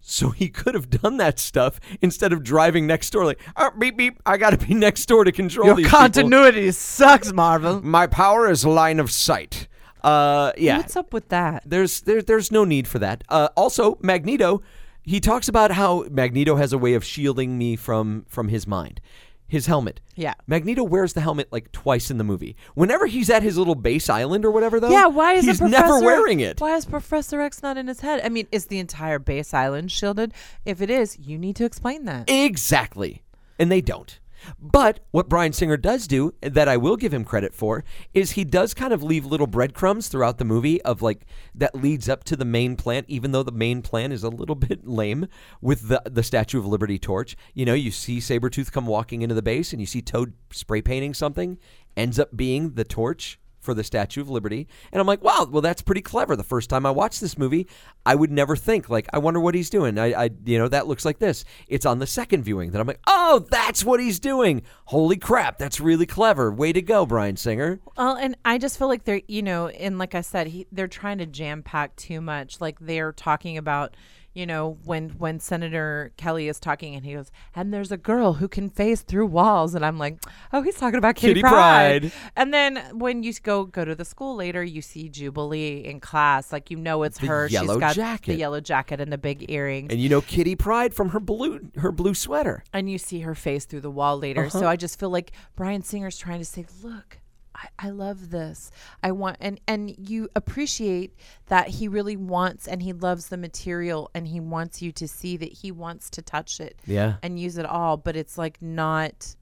[SPEAKER 3] So he could have done that stuff instead of driving next door. Like, "Ah, beep beep, I gotta be next door to control
[SPEAKER 6] Your
[SPEAKER 3] these people."
[SPEAKER 6] continuity sucks, Marvel.
[SPEAKER 3] My power is line of sight. Uh, yeah.
[SPEAKER 4] What's up with that?
[SPEAKER 3] There's there, there's no need for that. Uh, also, Magneto, he talks about how Magneto has a way of shielding me from from his mind. His helmet.
[SPEAKER 4] Yeah.
[SPEAKER 3] Magneto wears the helmet like twice in the movie. Whenever he's at his little base island or whatever, though,
[SPEAKER 4] Yeah, why is
[SPEAKER 3] he's
[SPEAKER 4] it
[SPEAKER 3] never
[SPEAKER 4] Professor-
[SPEAKER 3] wearing it?
[SPEAKER 4] Why is Professor X not in his head? I mean, is the entire base island shielded? If it is, you need to explain that.
[SPEAKER 3] Exactly. And they don't. But what Brian Singer does do that I will give him credit for is he does kind of leave little breadcrumbs throughout the movie of like that leads up to the main plan, even though the main plan is a little bit lame with the the Statue of Liberty torch. You know, you see Sabretooth come walking into the base and you see Toad spray painting something, ends up being the torch for the Statue of Liberty. And I'm like, wow, well, that's pretty clever. The first time I watched this movie, I would never think, like, I wonder what he's doing. I, I you know, that looks like this. It's on the second viewing that I'm like, oh, that's what he's doing. Holy crap, that's really clever. Way to go, Brian Singer.
[SPEAKER 4] Well, and I just feel like they're, you know, and like I said, he, they're trying to jam pack too much. Like they're talking about, you know, when when Senator Kelly is talking and he goes, and there's a girl who can phase through walls, and I'm like, oh, he's talking about Kitty,
[SPEAKER 3] Kitty Pryde.
[SPEAKER 4] And then when you go go to the school later, you see Jubilee in class, like you know it's
[SPEAKER 3] The
[SPEAKER 4] her.
[SPEAKER 3] yellow
[SPEAKER 4] She's got
[SPEAKER 3] jacket.
[SPEAKER 4] the yellow jacket and the big earrings.
[SPEAKER 3] And you know Kitty Pride from her blue her blue sweater.
[SPEAKER 4] and you see her face through the wall later. So I just feel like Brian Singer's trying to say, look, I, I love this. I want and and you appreciate that he really wants and he loves the material and he wants you to see that he wants to touch it
[SPEAKER 3] Yeah.
[SPEAKER 4] and use it all, but it's like not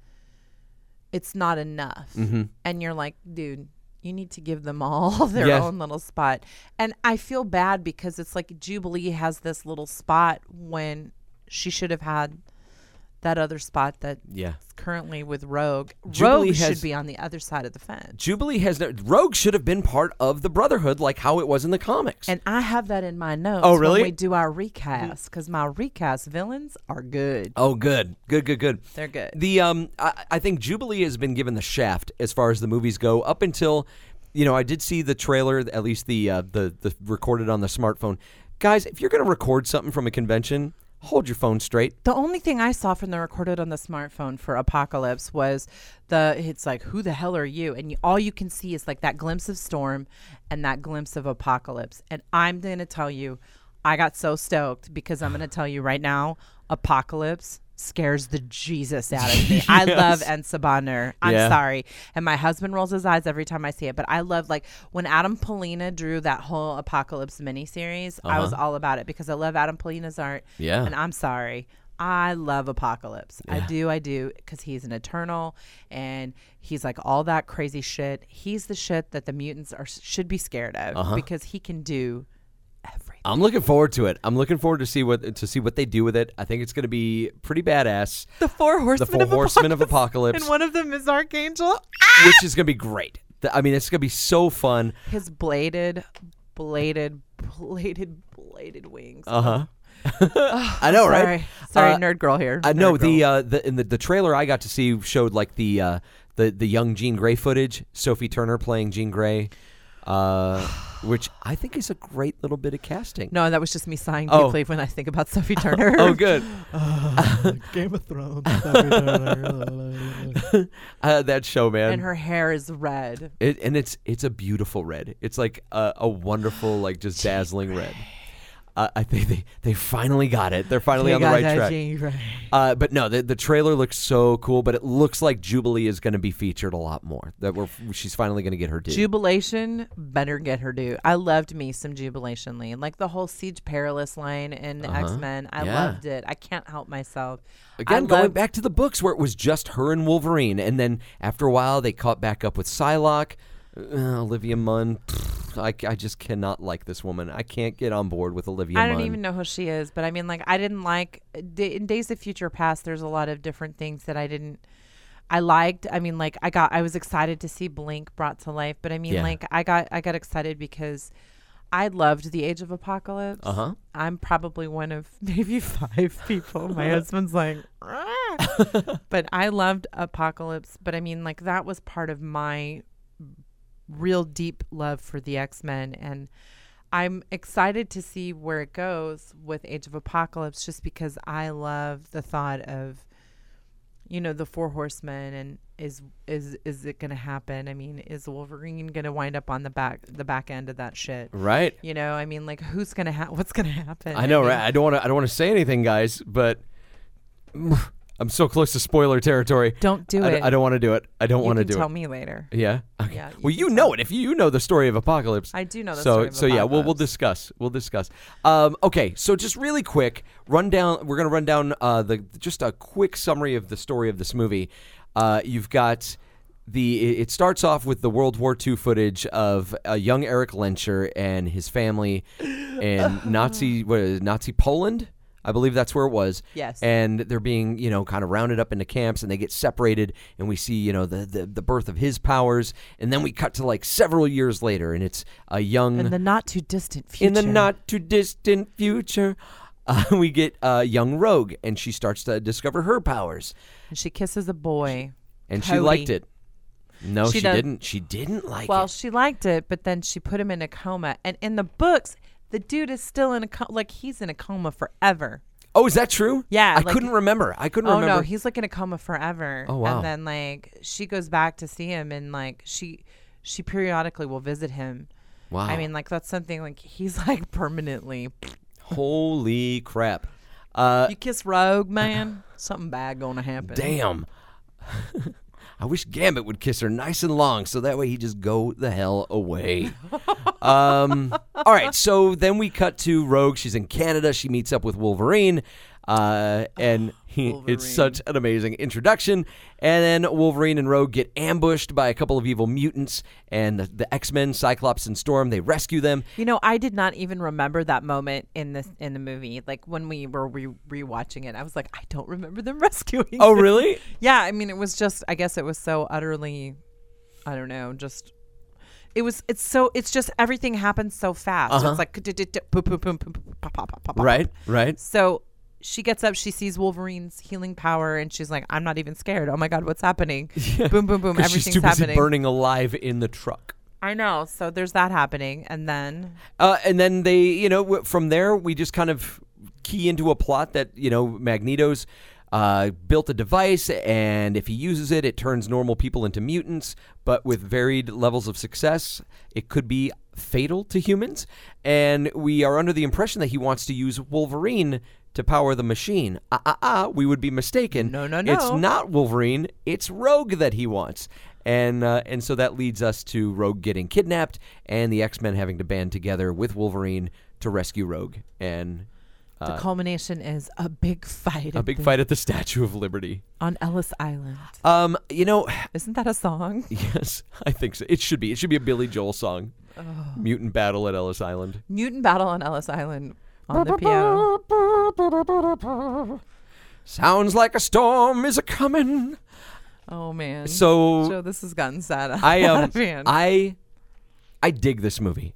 [SPEAKER 4] it's not enough.
[SPEAKER 3] Mm-hmm.
[SPEAKER 4] And you're like, dude, you need to give them all their
[SPEAKER 3] Yes.
[SPEAKER 4] own little spot. And I feel bad because it's like Jubilee has this little spot when she should have had that other spot that's
[SPEAKER 3] Yeah.
[SPEAKER 4] currently with Rogue.
[SPEAKER 3] Jubilee
[SPEAKER 4] Rogue
[SPEAKER 3] has-
[SPEAKER 4] should be on the other side of the fence.
[SPEAKER 3] Jubilee has no Rogue should have been part of the Brotherhood like how it was in the comics.
[SPEAKER 4] And I have that in my notes.
[SPEAKER 3] Oh, really?
[SPEAKER 4] When we do our recast because my recast villains are good.
[SPEAKER 3] Oh, good, good, good, good.
[SPEAKER 4] They're good.
[SPEAKER 3] The um, I, I think Jubilee has been given the shaft as far as the movies go. Up until, you know, I did see the trailer, at least the uh, the the recorded on the smartphone. Guys, if you're gonna record something from a convention, hold your phone straight.
[SPEAKER 4] The only thing I saw from the recorded on the smartphone for Apocalypse was the it's like who the hell are you and you, all you can see is like that glimpse of storm and that glimpse of apocalypse and I'm going to tell you I got so stoked because I'm going to tell you right now Apocalypse scares the Jesus out of me. I love Ensa Bonner. I'm
[SPEAKER 3] Yeah.
[SPEAKER 4] sorry. And my husband rolls his eyes every time I see it, but I love like when Adam Polina drew that whole Apocalypse miniseries, I was all about it because I love Adam Polina's art.
[SPEAKER 3] Uh-huh. Yeah.
[SPEAKER 4] And I'm sorry. I love Apocalypse. I do, I do, because he's an eternal and he's like all that crazy shit. He's the shit that the mutants are should be scared of
[SPEAKER 3] Uh-huh.
[SPEAKER 4] because he can do everything.
[SPEAKER 3] I'm looking forward to it. I'm looking forward to see what to see what they do with it. I think it's gonna be pretty badass,
[SPEAKER 4] The four horsemen,
[SPEAKER 3] four
[SPEAKER 4] of,
[SPEAKER 3] horsemen of
[SPEAKER 4] apocalypse,
[SPEAKER 3] Apocalypse.
[SPEAKER 4] and one of them is Archangel.
[SPEAKER 3] which is gonna be great. Th- I mean, it's gonna be so fun.
[SPEAKER 4] His bladed, bladed, bladed, bladed wings.
[SPEAKER 3] Uh huh. I know,
[SPEAKER 4] sorry,
[SPEAKER 3] right?
[SPEAKER 4] sorry,
[SPEAKER 3] Uh,
[SPEAKER 4] nerd girl here.
[SPEAKER 3] I
[SPEAKER 4] Nerd
[SPEAKER 3] know
[SPEAKER 4] girl.
[SPEAKER 3] the uh, the in the, the trailer I got to see showed like the uh, the the young Jean Grey footage, Sophie Turner playing Jean Grey, uh, which I think is a great little bit of casting.
[SPEAKER 4] No, that was just me sighing
[SPEAKER 3] Oh.
[SPEAKER 4] deeply when I think about Sophie Turner.
[SPEAKER 3] Oh, good.
[SPEAKER 6] Game of Thrones.
[SPEAKER 3] Uh, that show, man.
[SPEAKER 4] and her hair is red.
[SPEAKER 3] It, and it's it's a beautiful red. It's like a, a wonderful, like just dazzling red. Uh, I think they, they finally got it. They're finally on the right track. Uh, but no, the, the trailer looks so cool. But it looks like Jubilee is going to be featured a lot more. That we're she's finally going to get her due.
[SPEAKER 4] Jubilation better get her due. I loved me some Jubilation Lee. Like the whole Siege Perilous line in X Men. I
[SPEAKER 3] Uh-huh. Yeah.
[SPEAKER 4] loved it. I can't help myself.
[SPEAKER 3] Again,
[SPEAKER 4] I
[SPEAKER 3] going
[SPEAKER 4] loved-
[SPEAKER 3] back to the books where it was just her and Wolverine, and then after a while they caught back up with Psylocke, uh, Olivia Munn. pfft, I, c- I just cannot like this woman. I can't get on board with Olivia.
[SPEAKER 4] I don't
[SPEAKER 3] Munn.
[SPEAKER 4] even know who she is, but I mean, like, I didn't like d- in Days of Future Past. There's a lot of different things that I didn't. I liked. I mean, like, I got. I was excited to see Blink brought to life, but I mean,
[SPEAKER 3] Yeah.
[SPEAKER 4] like, I got. I got excited because I loved the Age of Apocalypse.
[SPEAKER 3] Uh huh.
[SPEAKER 4] I'm probably one of
[SPEAKER 5] Maybe five people. My husband's like,
[SPEAKER 4] but I loved Apocalypse. But I mean, like that was part of my real deep love for the X Men, and I'm excited to see where it goes with Age of Apocalypse, just because I love the thought of, you know, the Four Horsemen, and is is is it going to happen? I mean, is Wolverine going to wind up on the back the back end of that shit?
[SPEAKER 3] Right.
[SPEAKER 4] You know, I mean, like who's going to ha- what's going to happen?
[SPEAKER 3] I know,
[SPEAKER 4] mean,
[SPEAKER 3] right? I don't want to. I don't want to say anything, guys, but I'm so close to spoiler territory.
[SPEAKER 4] Don't do
[SPEAKER 3] I,
[SPEAKER 4] it.
[SPEAKER 3] I don't want to do it. I don't
[SPEAKER 4] You
[SPEAKER 3] want to
[SPEAKER 4] can
[SPEAKER 3] do
[SPEAKER 4] tell
[SPEAKER 3] it.
[SPEAKER 4] me later.
[SPEAKER 3] Yeah. Okay.
[SPEAKER 4] Yeah, you
[SPEAKER 3] well,
[SPEAKER 4] can
[SPEAKER 3] you
[SPEAKER 4] tell
[SPEAKER 3] know it if you know the story of apocalypse.
[SPEAKER 4] I do know the
[SPEAKER 3] so,
[SPEAKER 4] story of
[SPEAKER 3] so yeah, we'll we'll
[SPEAKER 4] Apocalypse.
[SPEAKER 3] discuss. We'll discuss. Um, okay, so just really quick rundown. We're gonna run down uh, the just a quick summary of the story of this movie. Uh, you've got the. It it starts off with the World War II footage of a young Eric Lencher and his family in Nazi what is it, Nazi Poland. I believe that's where it was.
[SPEAKER 4] Yes.
[SPEAKER 3] And they're being, you know, kind of rounded up into camps and they get separated and we see, you know, the, the, the birth of his powers. And then we cut to like several years later and it's a young
[SPEAKER 4] in the not too distant future.
[SPEAKER 3] in the not too distant future, uh, we get uh, young Rogue, and she starts to discover her powers,
[SPEAKER 4] And she kisses a boy.
[SPEAKER 3] and she
[SPEAKER 4] Cody.
[SPEAKER 3] liked it. No, she,
[SPEAKER 4] She does-
[SPEAKER 3] didn't. She didn't like
[SPEAKER 4] Well,
[SPEAKER 3] it.
[SPEAKER 4] she liked it, but then she put him in a coma. And in the books, the dude is still in a coma. Like, he's in a coma forever.
[SPEAKER 3] Oh, is that true?
[SPEAKER 4] Yeah,
[SPEAKER 3] I
[SPEAKER 4] like-
[SPEAKER 3] couldn't remember. I couldn't
[SPEAKER 4] Oh,
[SPEAKER 3] remember.
[SPEAKER 4] no. He's like in a coma forever.
[SPEAKER 3] Oh, wow.
[SPEAKER 4] And then, like, she goes back to see him, and, like, she she periodically will visit him.
[SPEAKER 3] wow.
[SPEAKER 4] I mean, like, that's something, like, he's, like, permanently.
[SPEAKER 3] holy crap. Uh,
[SPEAKER 4] You kiss Rogue, man, something bad going to happen.
[SPEAKER 3] damn. I wish Gambit would kiss her nice and long, so that way he just go the hell away. um, all right, so then we cut to Rogue. She's in Canada. She meets up with Wolverine, uh, and
[SPEAKER 4] Ah,
[SPEAKER 3] he, it's such an amazing introduction. And then Wolverine and Rogue get ambushed by a couple of evil mutants, and the, the X Men, Cyclops and Storm, they rescue them.
[SPEAKER 4] You know, I did not even remember that moment in this in the movie. Like when we were re- rewatching it, I was like, I don't remember them rescuing.
[SPEAKER 3] Oh,
[SPEAKER 4] them.
[SPEAKER 3] really?
[SPEAKER 4] Yeah. I mean, it was just. I guess it was so utterly. I don't know. Just. It was. It's so. It's just everything happens so fast.
[SPEAKER 3] Uh-huh.
[SPEAKER 4] It's like boom, boom, boom, boom, pop, pop, pop, pop.
[SPEAKER 3] right, right.
[SPEAKER 4] So she gets up. She sees Wolverine's healing power, and she's like, "I'm not even scared. Oh my god, what's happening? Boom, boom, boom.
[SPEAKER 3] 'Cause
[SPEAKER 4] Everything's
[SPEAKER 3] she's too busy
[SPEAKER 4] happening.
[SPEAKER 3] burning alive in the truck.
[SPEAKER 4] I know. So there's that happening, and then
[SPEAKER 3] Uh, and then they, you know, w- from there we just kind of key into a plot that you know Magneto's uh, built a device, and if he uses it, it turns normal people into mutants, but with varied levels of success, it could be fatal to humans. And we are under the impression that he wants to use Wolverine to power the machine. Ah ah ah! We would be mistaken.
[SPEAKER 4] No, no,
[SPEAKER 3] It's
[SPEAKER 4] no.
[SPEAKER 3] not Wolverine. It's Rogue that he wants. And, uh, and so that leads us to Rogue getting kidnapped and the X Men having to band together with Wolverine to rescue Rogue. And
[SPEAKER 4] the culmination is a big fight.
[SPEAKER 3] Uh, a
[SPEAKER 4] at
[SPEAKER 3] big
[SPEAKER 4] the-
[SPEAKER 3] fight at the Statue of Liberty.
[SPEAKER 4] on Ellis Island.
[SPEAKER 3] Um, you know,
[SPEAKER 4] Isn't that a song?
[SPEAKER 3] yes, I think so. It should be. It should be a Billy Joel song. Mutant Battle at Ellis Island.
[SPEAKER 4] Mutant Battle on Ellis Island on the piano.
[SPEAKER 3] Sounds like a storm is a coming.
[SPEAKER 4] Oh man.
[SPEAKER 3] So
[SPEAKER 4] Joe, this has gotten sad.
[SPEAKER 3] I
[SPEAKER 4] out
[SPEAKER 3] um
[SPEAKER 4] of hand.
[SPEAKER 3] I I dig this movie.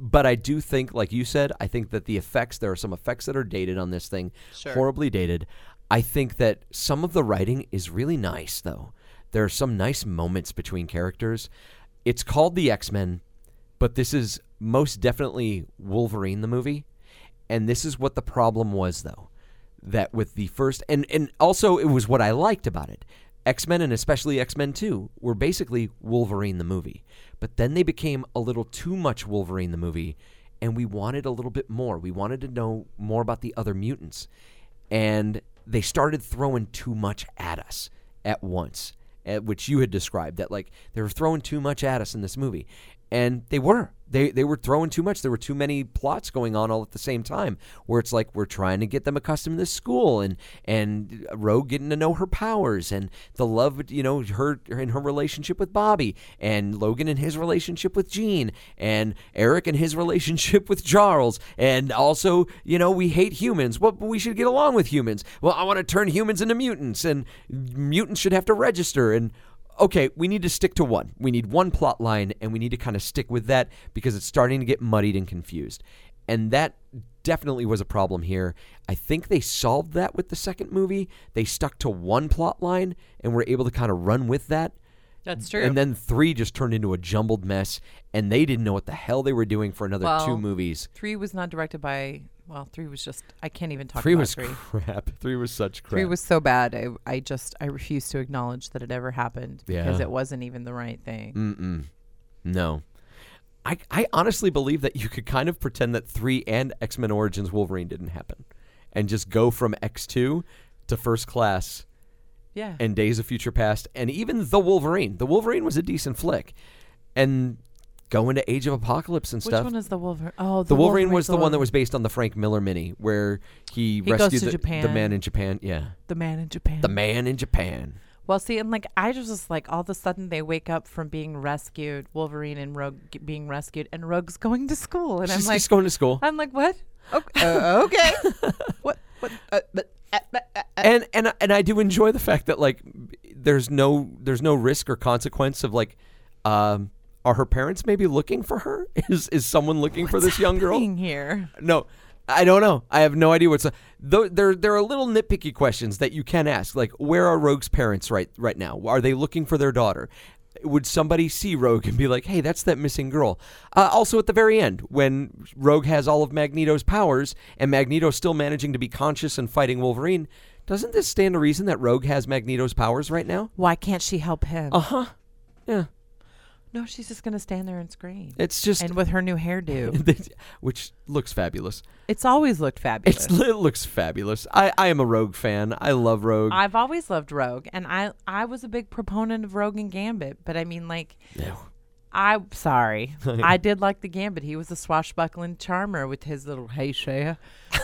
[SPEAKER 3] But I do think, like you said, I think that the effects there are some effects that are dated on this thing, horribly dated. I think that some of the writing is really nice, though. There are some nice moments between characters. It's called the X Men, but this is most definitely Wolverine the movie, and this is what the problem was, though that with the first and and also it was what I liked about it. X-Men and especially X-Men 2 were basically Wolverine the movie. But then they became a little too much Wolverine the movie and we wanted a little bit more. We wanted to know more about the other mutants. And they started throwing too much at us at once, at which you had described that like they were throwing too much at us in this movie. and they were they they were throwing too much. There were too many plots going on all at the same time. Where it's like we're trying to get them accustomed to school and and Rogue getting to know her powers and the love you know her in her relationship with Bobby and Logan and his relationship with Jean and Eric and his relationship with Charles and also you know we hate humans. Well, we should get along with humans. Well, I want to turn humans into mutants and mutants should have to register and okay, we need to stick to one. We need one plot line, and we need to kind of stick with that because it's starting to get muddied and confused. And that definitely was a problem here. I think they solved that with the second movie. They stuck to one plot line and were able to kind of run with that.
[SPEAKER 4] That's true.
[SPEAKER 3] And then three just turned into a jumbled mess, and they didn't know what the hell they were doing for another
[SPEAKER 4] Well,
[SPEAKER 3] two movies.
[SPEAKER 4] three was not directed by. Well, three was just. I can't even talk
[SPEAKER 3] Three
[SPEAKER 4] about
[SPEAKER 3] was
[SPEAKER 4] three.
[SPEAKER 3] crap. Three was such crap.
[SPEAKER 4] Three was so bad. I, I just I refuse to acknowledge that it ever happened because
[SPEAKER 3] Yeah. Mm.
[SPEAKER 4] it wasn't even the right thing.
[SPEAKER 3] Mm-mm. No. I, I honestly believe that you could kind of pretend that 3 and X Men Origins Wolverine didn't happen and just go from X2 to First Class
[SPEAKER 4] Yeah.
[SPEAKER 3] and Days of Future Past and even The Wolverine. The Wolverine was a decent flick. And go into Age of Apocalypse and
[SPEAKER 4] Which
[SPEAKER 3] stuff.
[SPEAKER 4] one is the Wolverine? Oh, the,
[SPEAKER 3] the Wolverine
[SPEAKER 4] Wolverine's
[SPEAKER 3] was the one that
[SPEAKER 4] one-
[SPEAKER 3] was based on the Frank Miller mini where he,
[SPEAKER 4] goes
[SPEAKER 3] rescued
[SPEAKER 4] to
[SPEAKER 3] the, the
[SPEAKER 4] Japan.
[SPEAKER 3] man in Japan. Yeah.
[SPEAKER 4] the man in Japan.
[SPEAKER 3] The man in Japan.
[SPEAKER 4] Well, see, and like I just was like, all of a sudden they wake up from being rescued, Wolverine and Rogue g- being rescued, and Rogue's going to school, and I'm
[SPEAKER 3] She's
[SPEAKER 4] like, uh,
[SPEAKER 3] just going to school.
[SPEAKER 4] I'm like, what?
[SPEAKER 6] Okay. Uh, okay.
[SPEAKER 4] What? What? uh,
[SPEAKER 3] and and and I do enjoy the fact that like there's no there's no risk or consequence of like um are her parents maybe looking for her? Is is someone looking for this young girl?
[SPEAKER 4] Being here.
[SPEAKER 3] No. I don't know. I have no idea what's though there there are little nitpicky questions that you can ask like where are Rogue's parents right right now? Are they looking for their daughter? Would somebody see Rogue and be like, "Hey, that's that missing girl"? Uh, also, at the very end, when Rogue has all of Magneto's powers and Magneto's still managing to be conscious and fighting Wolverine, doesn't this stand to reason that Rogue has Magneto's powers right now?
[SPEAKER 4] Why can't she help him?
[SPEAKER 3] Uh huh. Yeah,
[SPEAKER 4] no, she's just gonna stand there and scream,
[SPEAKER 3] it's just
[SPEAKER 4] and with her new hairdo,
[SPEAKER 3] which looks fabulous.
[SPEAKER 4] it's always looked fabulous.
[SPEAKER 3] It's, it looks fabulous. I, I am a Rogue fan. I love Rogue.
[SPEAKER 4] I've always loved Rogue, and I I was a big proponent of Rogue and Gambit, but I mean, like,
[SPEAKER 3] Yeah.
[SPEAKER 4] I'm sorry, I did like the Gambit. He was a swashbuckling charmer with his little hey shea,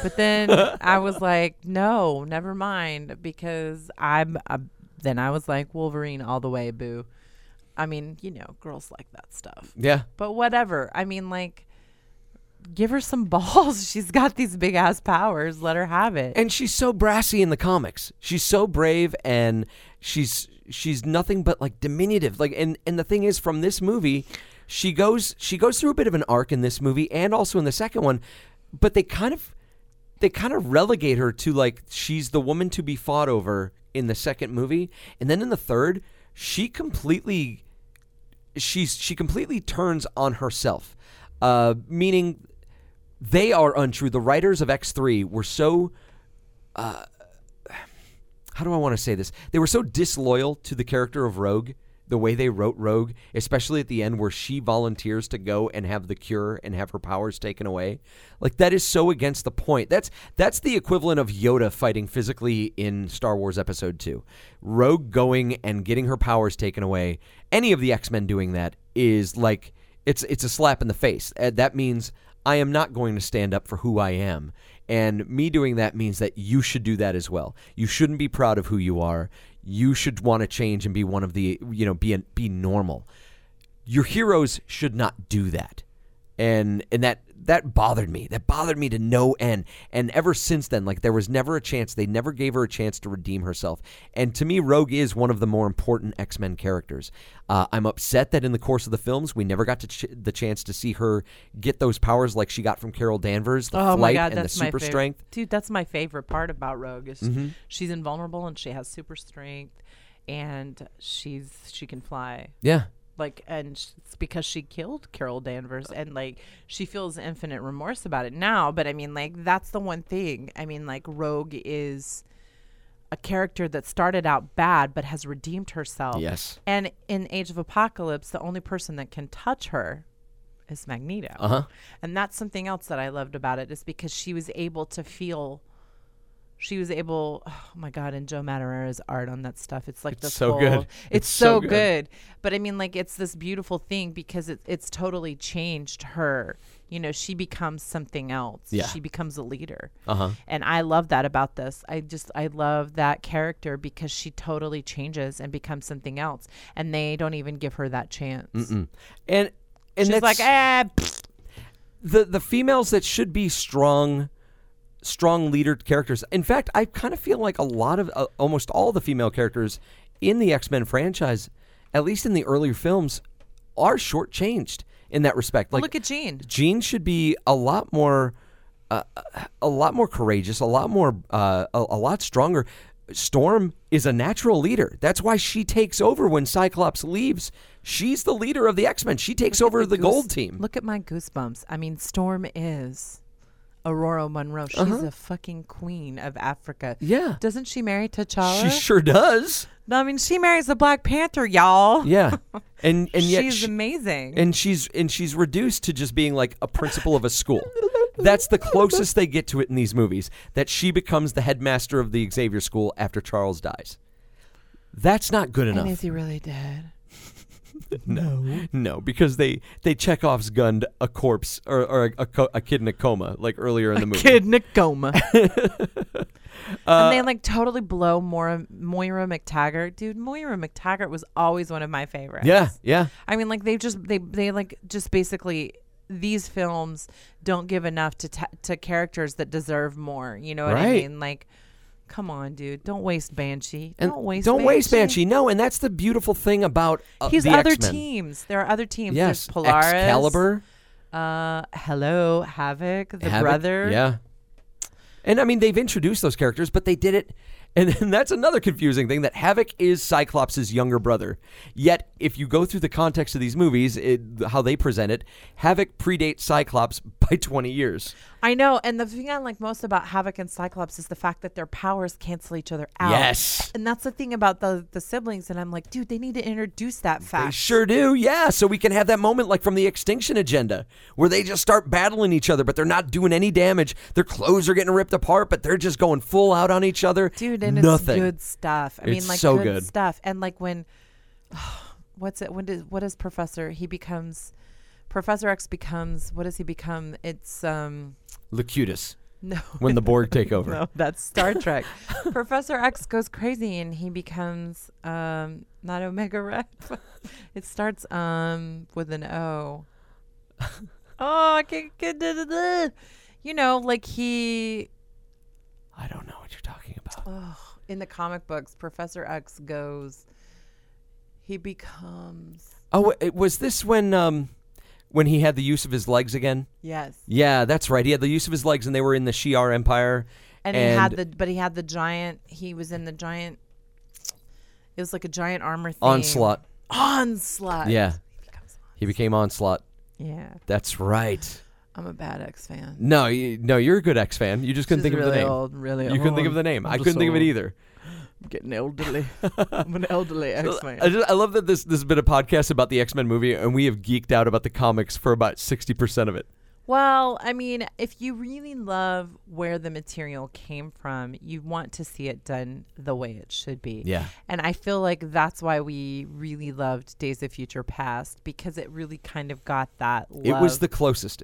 [SPEAKER 4] but then I was like, no, never mind, because I'm. A, then I was like Wolverine all the way, boo. I mean, you know, girls like that stuff,
[SPEAKER 3] Yeah.
[SPEAKER 4] but whatever. I mean, like. Give her some balls. She's got these big ass powers. Let her have it.
[SPEAKER 3] And she's so brassy in the comics. She's so brave and she's she's nothing but like diminutive. Like and and the thing is from this movie, she goes she goes through a bit of an arc in this movie and also in the second one, but they kind of they kind of relegate her to like she's the woman to be fought over in the second movie and then in the third she completely she's she completely turns on herself uh meaning they are untrue the writers of x3 were so how do I want to say this? They were so disloyal to the character of Rogue, the way they wrote Rogue, especially at the end where she volunteers to go and have the cure and have her powers taken away. Like that is so against the point. That's that's the equivalent of Yoda fighting physically in Star Wars episode 2. Rogue going and getting her powers taken away, any of the X-Men doing that is like it's it's a slap in the face. Uh, that means I am not going to stand up for who I am. And me doing that means that you should do that as well. You shouldn't be proud of who you are. You should want to change and be one of the, you know, be an, be normal. Your heroes should not do that. And and that that bothered me. That bothered me to no end. And ever since then, like there was never a chance. They never gave her a chance to redeem herself. And to me, Rogue is one of the more important X Men characters. Uh, I'm upset that in the course of the films, we never got to ch- the chance to see her get those powers like she got from Carol Danvers,
[SPEAKER 4] Oh
[SPEAKER 3] the flight and the super
[SPEAKER 4] favorite.
[SPEAKER 3] strength. Mm-hmm.
[SPEAKER 4] Dude, that's my favorite part about Rogue is she's invulnerable and she has super strength and she's she can fly.
[SPEAKER 3] Yeah.
[SPEAKER 4] Like and sh- it's because she killed Carol Danvers and like she feels infinite remorse about it now, but I mean like that's the one thing. I mean like Rogue is a character that started out bad but has redeemed herself.
[SPEAKER 3] Yes.
[SPEAKER 4] And in Age of Apocalypse, the only person that can touch her is Magneto.
[SPEAKER 3] Uh huh.
[SPEAKER 4] And that's something else that I loved about it is because she was able to feel she was able. Oh my god! And Joe Madureira's art on that stuff. It's like
[SPEAKER 3] It's
[SPEAKER 4] the
[SPEAKER 3] so
[SPEAKER 4] full-
[SPEAKER 3] good.
[SPEAKER 4] It's,
[SPEAKER 3] It's
[SPEAKER 4] so,
[SPEAKER 3] so
[SPEAKER 4] good.
[SPEAKER 3] good.
[SPEAKER 4] But I mean, like, it's this beautiful thing because it, it's totally changed her. You know, she becomes something else.
[SPEAKER 3] Yeah.
[SPEAKER 4] She becomes a leader.
[SPEAKER 3] Uh-huh.
[SPEAKER 4] And I love that about this. I just I love that character because she totally changes and becomes something else, and they don't even give her that chance.
[SPEAKER 3] And and
[SPEAKER 4] She's
[SPEAKER 3] that's
[SPEAKER 4] like, ah, pfft,
[SPEAKER 3] the the females that should be strong strong leader characters. In fact, I kind of feel like a lot of uh, almost all the female characters in the X-Men franchise, at least in the earlier films, are shortchanged in that respect. Like
[SPEAKER 4] look at Jean.
[SPEAKER 3] Jean should be a lot more, uh, a lot more courageous, a lot more, uh, a, a lot stronger. Storm is a natural leader. That's why she takes over when Cyclops leaves. She's the leader of the X Men. She takes over the, gold
[SPEAKER 4] Goose-
[SPEAKER 3] team.
[SPEAKER 4] Look at my goosebumps. I mean, Storm is Aurora Monroe. She's a fucking queen of Africa.
[SPEAKER 3] Uh-huh. Yeah.
[SPEAKER 4] Doesn't she marry
[SPEAKER 3] She
[SPEAKER 4] T'Challa?
[SPEAKER 3] sure does.
[SPEAKER 4] no, I mean, she marries the Black Panther, y'all.
[SPEAKER 3] Yeah, and and yet
[SPEAKER 4] She's
[SPEAKER 3] she-
[SPEAKER 4] amazing.
[SPEAKER 3] and she's and she's reduced to just being like a principal of a school. That's the closest they get to it in these movies. That she becomes the headmaster of the Xavier School after Charles dies. That's not good enough.
[SPEAKER 4] and is he really dead?
[SPEAKER 6] No.
[SPEAKER 3] No, because they they Chekhov's gunned a corpse or, or a, a, co- a kid in a coma like earlier in the movie.
[SPEAKER 6] Kid Nicoma.
[SPEAKER 4] and
[SPEAKER 3] Uh,
[SPEAKER 4] they like totally blow Moira, Moira McTaggart. Dude, Moira McTaggart was always one of my favorites.
[SPEAKER 3] Yeah, yeah.
[SPEAKER 4] I mean, like they just they they like just basically these films don't give enough to ta to characters that deserve more. You know what I
[SPEAKER 3] Right.
[SPEAKER 4] mean? Like, come on, dude, don't waste Banshee.
[SPEAKER 3] And
[SPEAKER 4] don't waste.
[SPEAKER 3] don't waste Banshee. No, and that's the beautiful thing about uh,
[SPEAKER 4] He's
[SPEAKER 3] the
[SPEAKER 4] other
[SPEAKER 3] X-Men.
[SPEAKER 4] teams. There are other teams.
[SPEAKER 3] Yes,
[SPEAKER 4] There's Polaris,
[SPEAKER 3] Excalibur,
[SPEAKER 4] Uh, hello, Havoc, the
[SPEAKER 3] Havoc,
[SPEAKER 4] brother.
[SPEAKER 3] Yeah. And I mean, they've introduced those characters, but they did it. And, and that's another confusing thing that Havoc is Cyclops' younger brother. Yet, if you go through the context of these movies, it, how they present it, Havoc predates Cyclops by 20 years.
[SPEAKER 4] I know. And the thing I like most about Havoc and Cyclops is the fact that their powers cancel each other out.
[SPEAKER 3] Yes.
[SPEAKER 4] And that's the thing about the the siblings. And I'm like, dude, they need to introduce that fact.
[SPEAKER 3] They sure do, yeah. So we can have that moment like from the Extinction Agenda, where they just start battling each other, but they're not doing any damage. Their clothes are getting ripped apart, but they're just going full out on each other.
[SPEAKER 4] dude and
[SPEAKER 3] Nothing.
[SPEAKER 4] it's good stuff i mean
[SPEAKER 3] It's
[SPEAKER 4] like
[SPEAKER 3] so
[SPEAKER 4] good,
[SPEAKER 3] good.
[SPEAKER 4] stuff and like when what's it when does what is professor he becomes professor x becomes what does he become it's um
[SPEAKER 3] Locutus,
[SPEAKER 4] no
[SPEAKER 3] when the Borg take over.
[SPEAKER 4] no that's star trek professor x goes crazy and he becomes um not omega rep it starts um with an o oh i can't get it you know like he
[SPEAKER 3] I don't know what you're talking
[SPEAKER 4] Oh,
[SPEAKER 3] about.
[SPEAKER 4] in the comic books, Professor X goes. He becomes
[SPEAKER 3] Oh, it, was this when um, when he had the use of his legs again?
[SPEAKER 4] yes,
[SPEAKER 3] Yeah, that's right. He had the use of his legs, and they were in the Shi'ar Empire.
[SPEAKER 4] and, he had the but he had the giant. He was in the giant. It was like a giant armor thing.
[SPEAKER 3] onslaught.
[SPEAKER 4] Onslaught.
[SPEAKER 3] Yeah,
[SPEAKER 4] He becomes-
[SPEAKER 3] he became onslaught.
[SPEAKER 4] Yeah,
[SPEAKER 3] That's right.
[SPEAKER 4] I'm a bad X fan.
[SPEAKER 3] No, you, no, you're a good X fan. You just couldn't think
[SPEAKER 6] She's
[SPEAKER 3] of
[SPEAKER 6] really
[SPEAKER 3] the name.
[SPEAKER 6] Old, really
[SPEAKER 3] You couldn't think of
[SPEAKER 4] oh,
[SPEAKER 6] old.
[SPEAKER 3] the name.
[SPEAKER 6] I'm
[SPEAKER 3] I
[SPEAKER 6] just
[SPEAKER 3] couldn't think of it
[SPEAKER 6] old.
[SPEAKER 3] either.
[SPEAKER 6] I'm getting elderly. I'm an elderly X-Man.
[SPEAKER 3] I, just, I love that this this has been a podcast about the X Men movie, and we have geeked out about the comics for about sixty percent of it.
[SPEAKER 4] Well, I mean, if you really love where the material came from, you want to see it done the way it should be.
[SPEAKER 3] Yeah.
[SPEAKER 4] And I feel like that's why we really loved Days of Future Past because it really kind of got that love.
[SPEAKER 3] It was the closest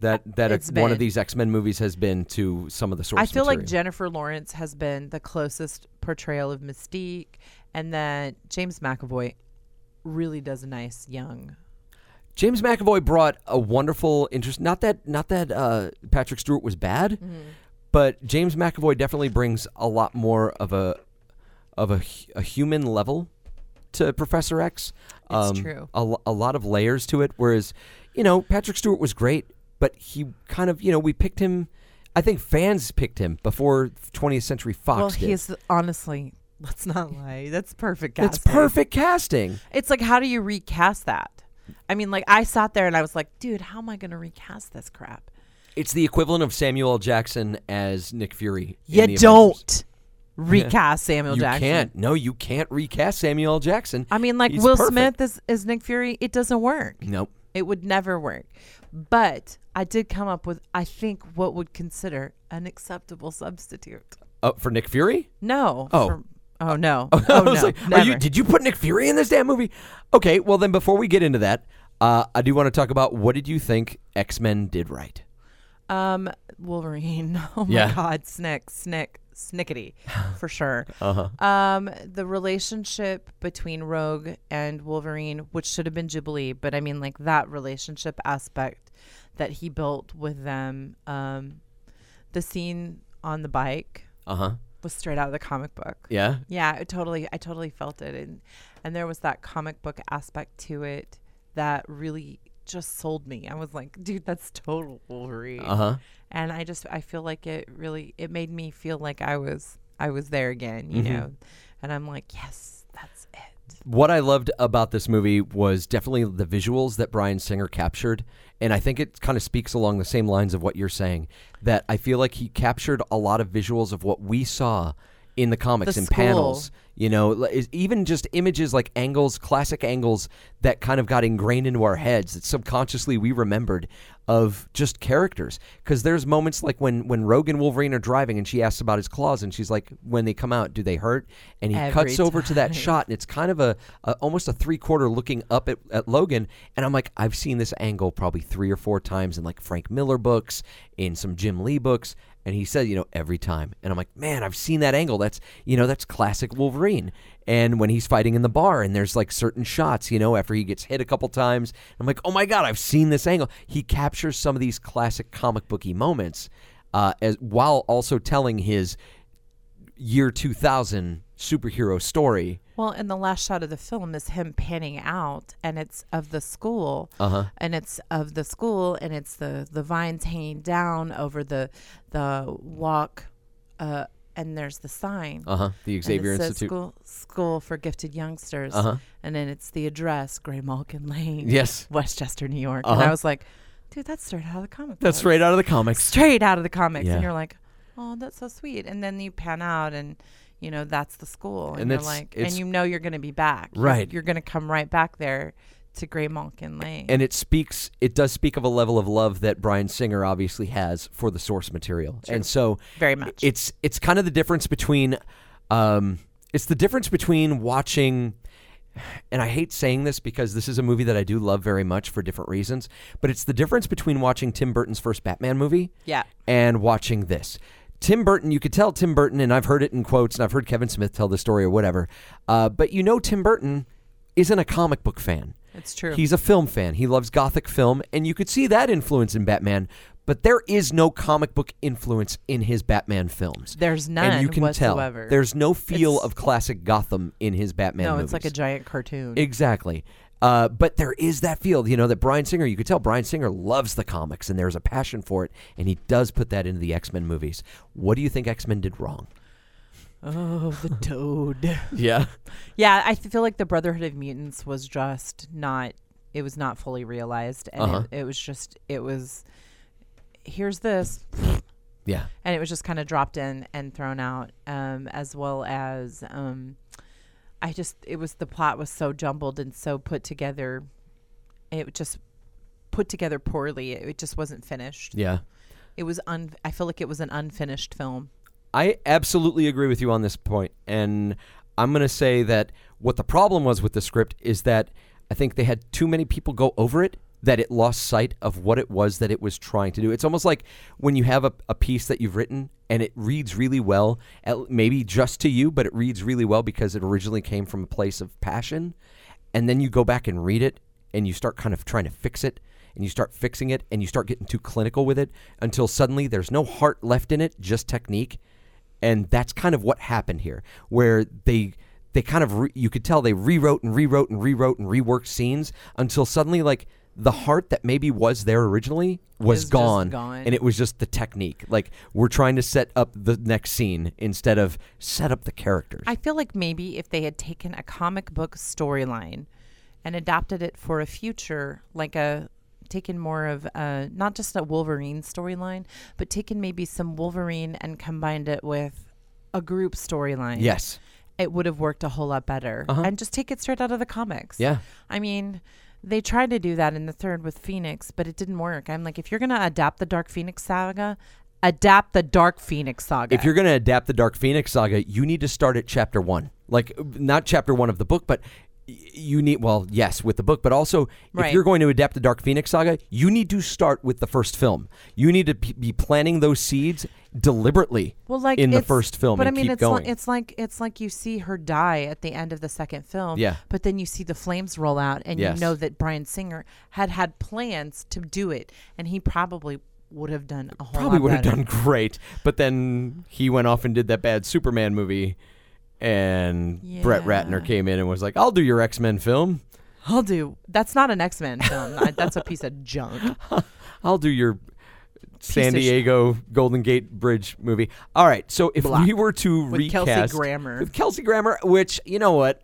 [SPEAKER 3] that that
[SPEAKER 4] It's
[SPEAKER 3] a, one
[SPEAKER 4] been.
[SPEAKER 3] of these X Men movies has been to some of the source.
[SPEAKER 4] I feel like
[SPEAKER 3] material.
[SPEAKER 4] Jennifer Lawrence has been the closest portrayal of Mystique and then James McAvoy really does a nice young.
[SPEAKER 3] James McAvoy brought a wonderful interest. Not that not that uh, Patrick Stewart was bad,
[SPEAKER 4] Mm-hmm.
[SPEAKER 3] but James McAvoy definitely brings a lot more of a of a, hu- a human level to Professor X. Um,
[SPEAKER 4] It's true.
[SPEAKER 3] A, lo- a lot of layers to it. Whereas, you know, Patrick Stewart was great, but he kind of you know we picked him. I think fans picked him before 20th Century Fox.
[SPEAKER 4] well,
[SPEAKER 3] did.
[SPEAKER 4] he is honestly, let's not lie. That's perfect casting.
[SPEAKER 3] That's perfect casting.
[SPEAKER 4] It's like how do you recast that? I mean, like I sat there and I was like, dude, how am I going to recast this crap?
[SPEAKER 3] It's the equivalent of Samuel L. Jackson as Nick Fury. in
[SPEAKER 4] You
[SPEAKER 3] the Avengers.
[SPEAKER 4] don't recast Samuel
[SPEAKER 3] you
[SPEAKER 4] Jackson.
[SPEAKER 3] can't. No, you can't recast Samuel L. Jackson.
[SPEAKER 4] I mean, like
[SPEAKER 3] He's
[SPEAKER 4] Will
[SPEAKER 3] perfect. Mm-hmm.
[SPEAKER 4] Smith is, is Nick Fury. It doesn't work.
[SPEAKER 3] Nope.
[SPEAKER 4] It would never work. But I did come up with, I think, what would consider an acceptable substitute.
[SPEAKER 3] Uh, for Nick Fury?
[SPEAKER 4] No.
[SPEAKER 3] Oh.
[SPEAKER 4] for- oh no. Oh, no.
[SPEAKER 3] I was like, Are you,
[SPEAKER 4] never.
[SPEAKER 3] did you put Nick Fury in this damn movie? Okay, well then before we get into that, uh, I do want to talk about what did you think X Men did right?
[SPEAKER 4] Um, Wolverine. Oh my
[SPEAKER 3] Yeah.
[SPEAKER 4] God, Snick, Snick, Snickety, for sure. uh-huh. Um, the relationship between Rogue and Wolverine, which should have been Jubilee, but I mean, like that relationship aspect that he built with them. Um, the scene on the bike
[SPEAKER 3] Uh huh.
[SPEAKER 4] was straight out of the comic book.
[SPEAKER 3] Yeah.
[SPEAKER 4] Yeah, I totally. I totally felt it, and and there was that comic book aspect to it that really just sold me. I was like, dude, that's total Wolverine.
[SPEAKER 3] Uh huh.
[SPEAKER 4] And I just I feel like it really it made me feel like I was I was there again, you know. And I'm like, yes, that's it.
[SPEAKER 3] What I loved about this movie was definitely the visuals that Brian Singer captured. And I think it kind of speaks along the same lines of what you're saying. That I feel like he captured a lot of visuals of what we saw in the comics
[SPEAKER 4] The
[SPEAKER 3] and
[SPEAKER 4] school.
[SPEAKER 3] panels. You know, li- is- even just images like angles, classic angles that kind of got ingrained into our heads that subconsciously we remembered of just characters. Because there's moments like when when Rogue and Wolverine are driving, and she asks about his claws, and she's like, "When they come out, do they hurt?" And he
[SPEAKER 4] Every
[SPEAKER 3] cuts over to that
[SPEAKER 4] time.
[SPEAKER 3] shot, and it's kind of a, a almost a three quarter looking up at, at Logan, and I'm like, I've seen this angle probably three or four times in like Frank Miller books, in some Jim Lee books, and he said, you know, every time, and I'm like, man, I've seen that angle. That's you know, that's classic Wolverine. And when he's fighting in the bar, and there's like certain shots, you know, after he gets hit a couple times, I'm like, oh my god, I've seen this angle. He captures some of these classic comic booky moments, uh, as while also telling his year 2000 superhero story.
[SPEAKER 4] Well, and the last shot of the film is him panning out and it's of the school.
[SPEAKER 3] Uh-huh.
[SPEAKER 4] And it's of the school and it's the the vines hanging down over the the walk uh and there's the sign.
[SPEAKER 3] Uh-huh. The
[SPEAKER 4] And it
[SPEAKER 3] Xavier
[SPEAKER 4] says
[SPEAKER 3] Institute.
[SPEAKER 4] School, school for gifted youngsters.
[SPEAKER 3] Uh-huh.
[SPEAKER 4] And then it's the address, Gray Malkin Lane.
[SPEAKER 3] Yes.
[SPEAKER 4] Westchester, New York. And
[SPEAKER 3] Uh-huh.
[SPEAKER 4] I was like, dude, that's straight out of the comic
[SPEAKER 3] That's
[SPEAKER 4] book.
[SPEAKER 3] straight out of the comics.
[SPEAKER 4] Straight out of the comics.
[SPEAKER 3] Yeah.
[SPEAKER 4] And you're like, oh, that's so sweet. And then you pan out and, you know, that's the school. And,
[SPEAKER 3] And
[SPEAKER 4] you're
[SPEAKER 3] it's-
[SPEAKER 4] like,
[SPEAKER 3] it's-
[SPEAKER 4] and you know you're going to be back. You're-
[SPEAKER 3] Right.
[SPEAKER 4] You're, going to come right back there to Gray Malkin Lane.
[SPEAKER 3] And it speaks it does speak of a level of love that Brian Singer obviously has for the source material. And so
[SPEAKER 4] Very much.
[SPEAKER 3] it's it's kind of the difference between um it's the difference between watching and I hate saying this because this is a movie that I do love very much for different reasons, but it's the difference between watching Tim Burton's first Batman movie
[SPEAKER 4] Yeah.
[SPEAKER 3] and watching this. Tim Burton, you could tell Tim Burton, and I've heard it in quotes, and I've heard Kevin Smith tell the story or whatever, uh, but you know Tim Burton isn't a comic book fan.
[SPEAKER 4] It's true.
[SPEAKER 3] He's a film fan. He loves gothic film, and you could see that influence in Batman, but there is no comic book influence in his Batman films.
[SPEAKER 4] There's none
[SPEAKER 3] and you can
[SPEAKER 4] whatsoever.
[SPEAKER 3] tell. There's no feel
[SPEAKER 4] It's-
[SPEAKER 3] of classic Gotham in his Batman
[SPEAKER 4] no,
[SPEAKER 3] movies.
[SPEAKER 4] it's like a giant cartoon.
[SPEAKER 3] Exactly. Uh, but there is that field, you know, that Brian Singer, you could tell Brian Singer loves the comics and there's a passion for it, and he does put that into the X Men movies. What do you think X Men did wrong?
[SPEAKER 4] oh, the toad.
[SPEAKER 3] Yeah.
[SPEAKER 4] Yeah, I th- feel like the Brotherhood of Mutants was just not. It was not fully realized, and
[SPEAKER 3] Uh-huh.
[SPEAKER 4] it, it was just it was. Here's this,
[SPEAKER 3] Yeah.
[SPEAKER 4] and it was just kind of dropped in and thrown out, um, as well as um, I just it was the plot was so jumbled and so put together, it was just put together poorly. It, it just wasn't finished.
[SPEAKER 3] Yeah.
[SPEAKER 4] It was un. I feel like it was an unfinished film.
[SPEAKER 3] I absolutely agree with you on this point, and I'm going to say that what the problem was with the script is that I think they had too many people go over it that it lost sight of what it was that it was trying to do. It's almost like when you have a, a piece that you've written and it reads really well, at, maybe just to you, but it reads really well because it originally came from a place of passion, and then you go back and read it and you start kind of trying to fix it and you start fixing it and you start getting too clinical with it until suddenly there's no heart left in it, just technique and that's kind of what happened here where they they kind of re- you could tell they rewrote and rewrote and rewrote and reworked scenes until suddenly like the heart that maybe was there originally was
[SPEAKER 4] Is just
[SPEAKER 3] gone,
[SPEAKER 4] gone.
[SPEAKER 3] and it was just the technique like we're trying to set up the next scene instead of set up the characters
[SPEAKER 4] I feel like maybe if they had taken a comic book storyline and adapted it for a future, like a taken more of a, not just a Wolverine storyline, but taken maybe some Wolverine and combined it with a group storyline.
[SPEAKER 3] yes Uh-huh.
[SPEAKER 4] It would have worked a whole lot better. And just take it straight out of the comics.
[SPEAKER 3] Yeah.
[SPEAKER 4] I mean, they tried to do that in the third with Phoenix, but it didn't work. I'm like, if you're going to adapt the Dark Phoenix saga, adapt the Dark Phoenix saga.
[SPEAKER 3] If you're going to adapt the Dark Phoenix saga, you need to start at chapter one. Like, not chapter one of the book, but y- you need, well, yes, with the book, but also
[SPEAKER 4] Right.
[SPEAKER 3] if you're going to adapt the Dark Phoenix saga, you need to start with the first film. You need to p- be planting those seeds deliberately
[SPEAKER 4] well, like
[SPEAKER 3] in the
[SPEAKER 4] it's-
[SPEAKER 3] first film
[SPEAKER 4] but
[SPEAKER 3] and
[SPEAKER 4] I mean,
[SPEAKER 3] keep
[SPEAKER 4] it's
[SPEAKER 3] going.
[SPEAKER 4] Like, it's like it's like you see her die at the end of the second film.
[SPEAKER 3] Yeah.
[SPEAKER 4] But then you see the flames roll out, and
[SPEAKER 3] Yes.
[SPEAKER 4] you know that Brian Singer had had plans to do it, and he probably would have done a whole
[SPEAKER 3] Probably
[SPEAKER 4] lot
[SPEAKER 3] would have
[SPEAKER 4] better.
[SPEAKER 3] done great, but then he went off and did that bad Superman movie. And Brett
[SPEAKER 4] Yeah.
[SPEAKER 3] Ratner came in and was like, "I'll do your X Men film.
[SPEAKER 4] I'll do. That's not an X Men film. I, that's a piece of junk.
[SPEAKER 3] I'll do your San
[SPEAKER 4] of sh-
[SPEAKER 3] Diego Golden Gate Bridge movie. All right. So if
[SPEAKER 6] Block.
[SPEAKER 3] we were to
[SPEAKER 6] With Kelsey
[SPEAKER 3] recast
[SPEAKER 6] Grammer.
[SPEAKER 3] with Kelsey Grammer, which you know what,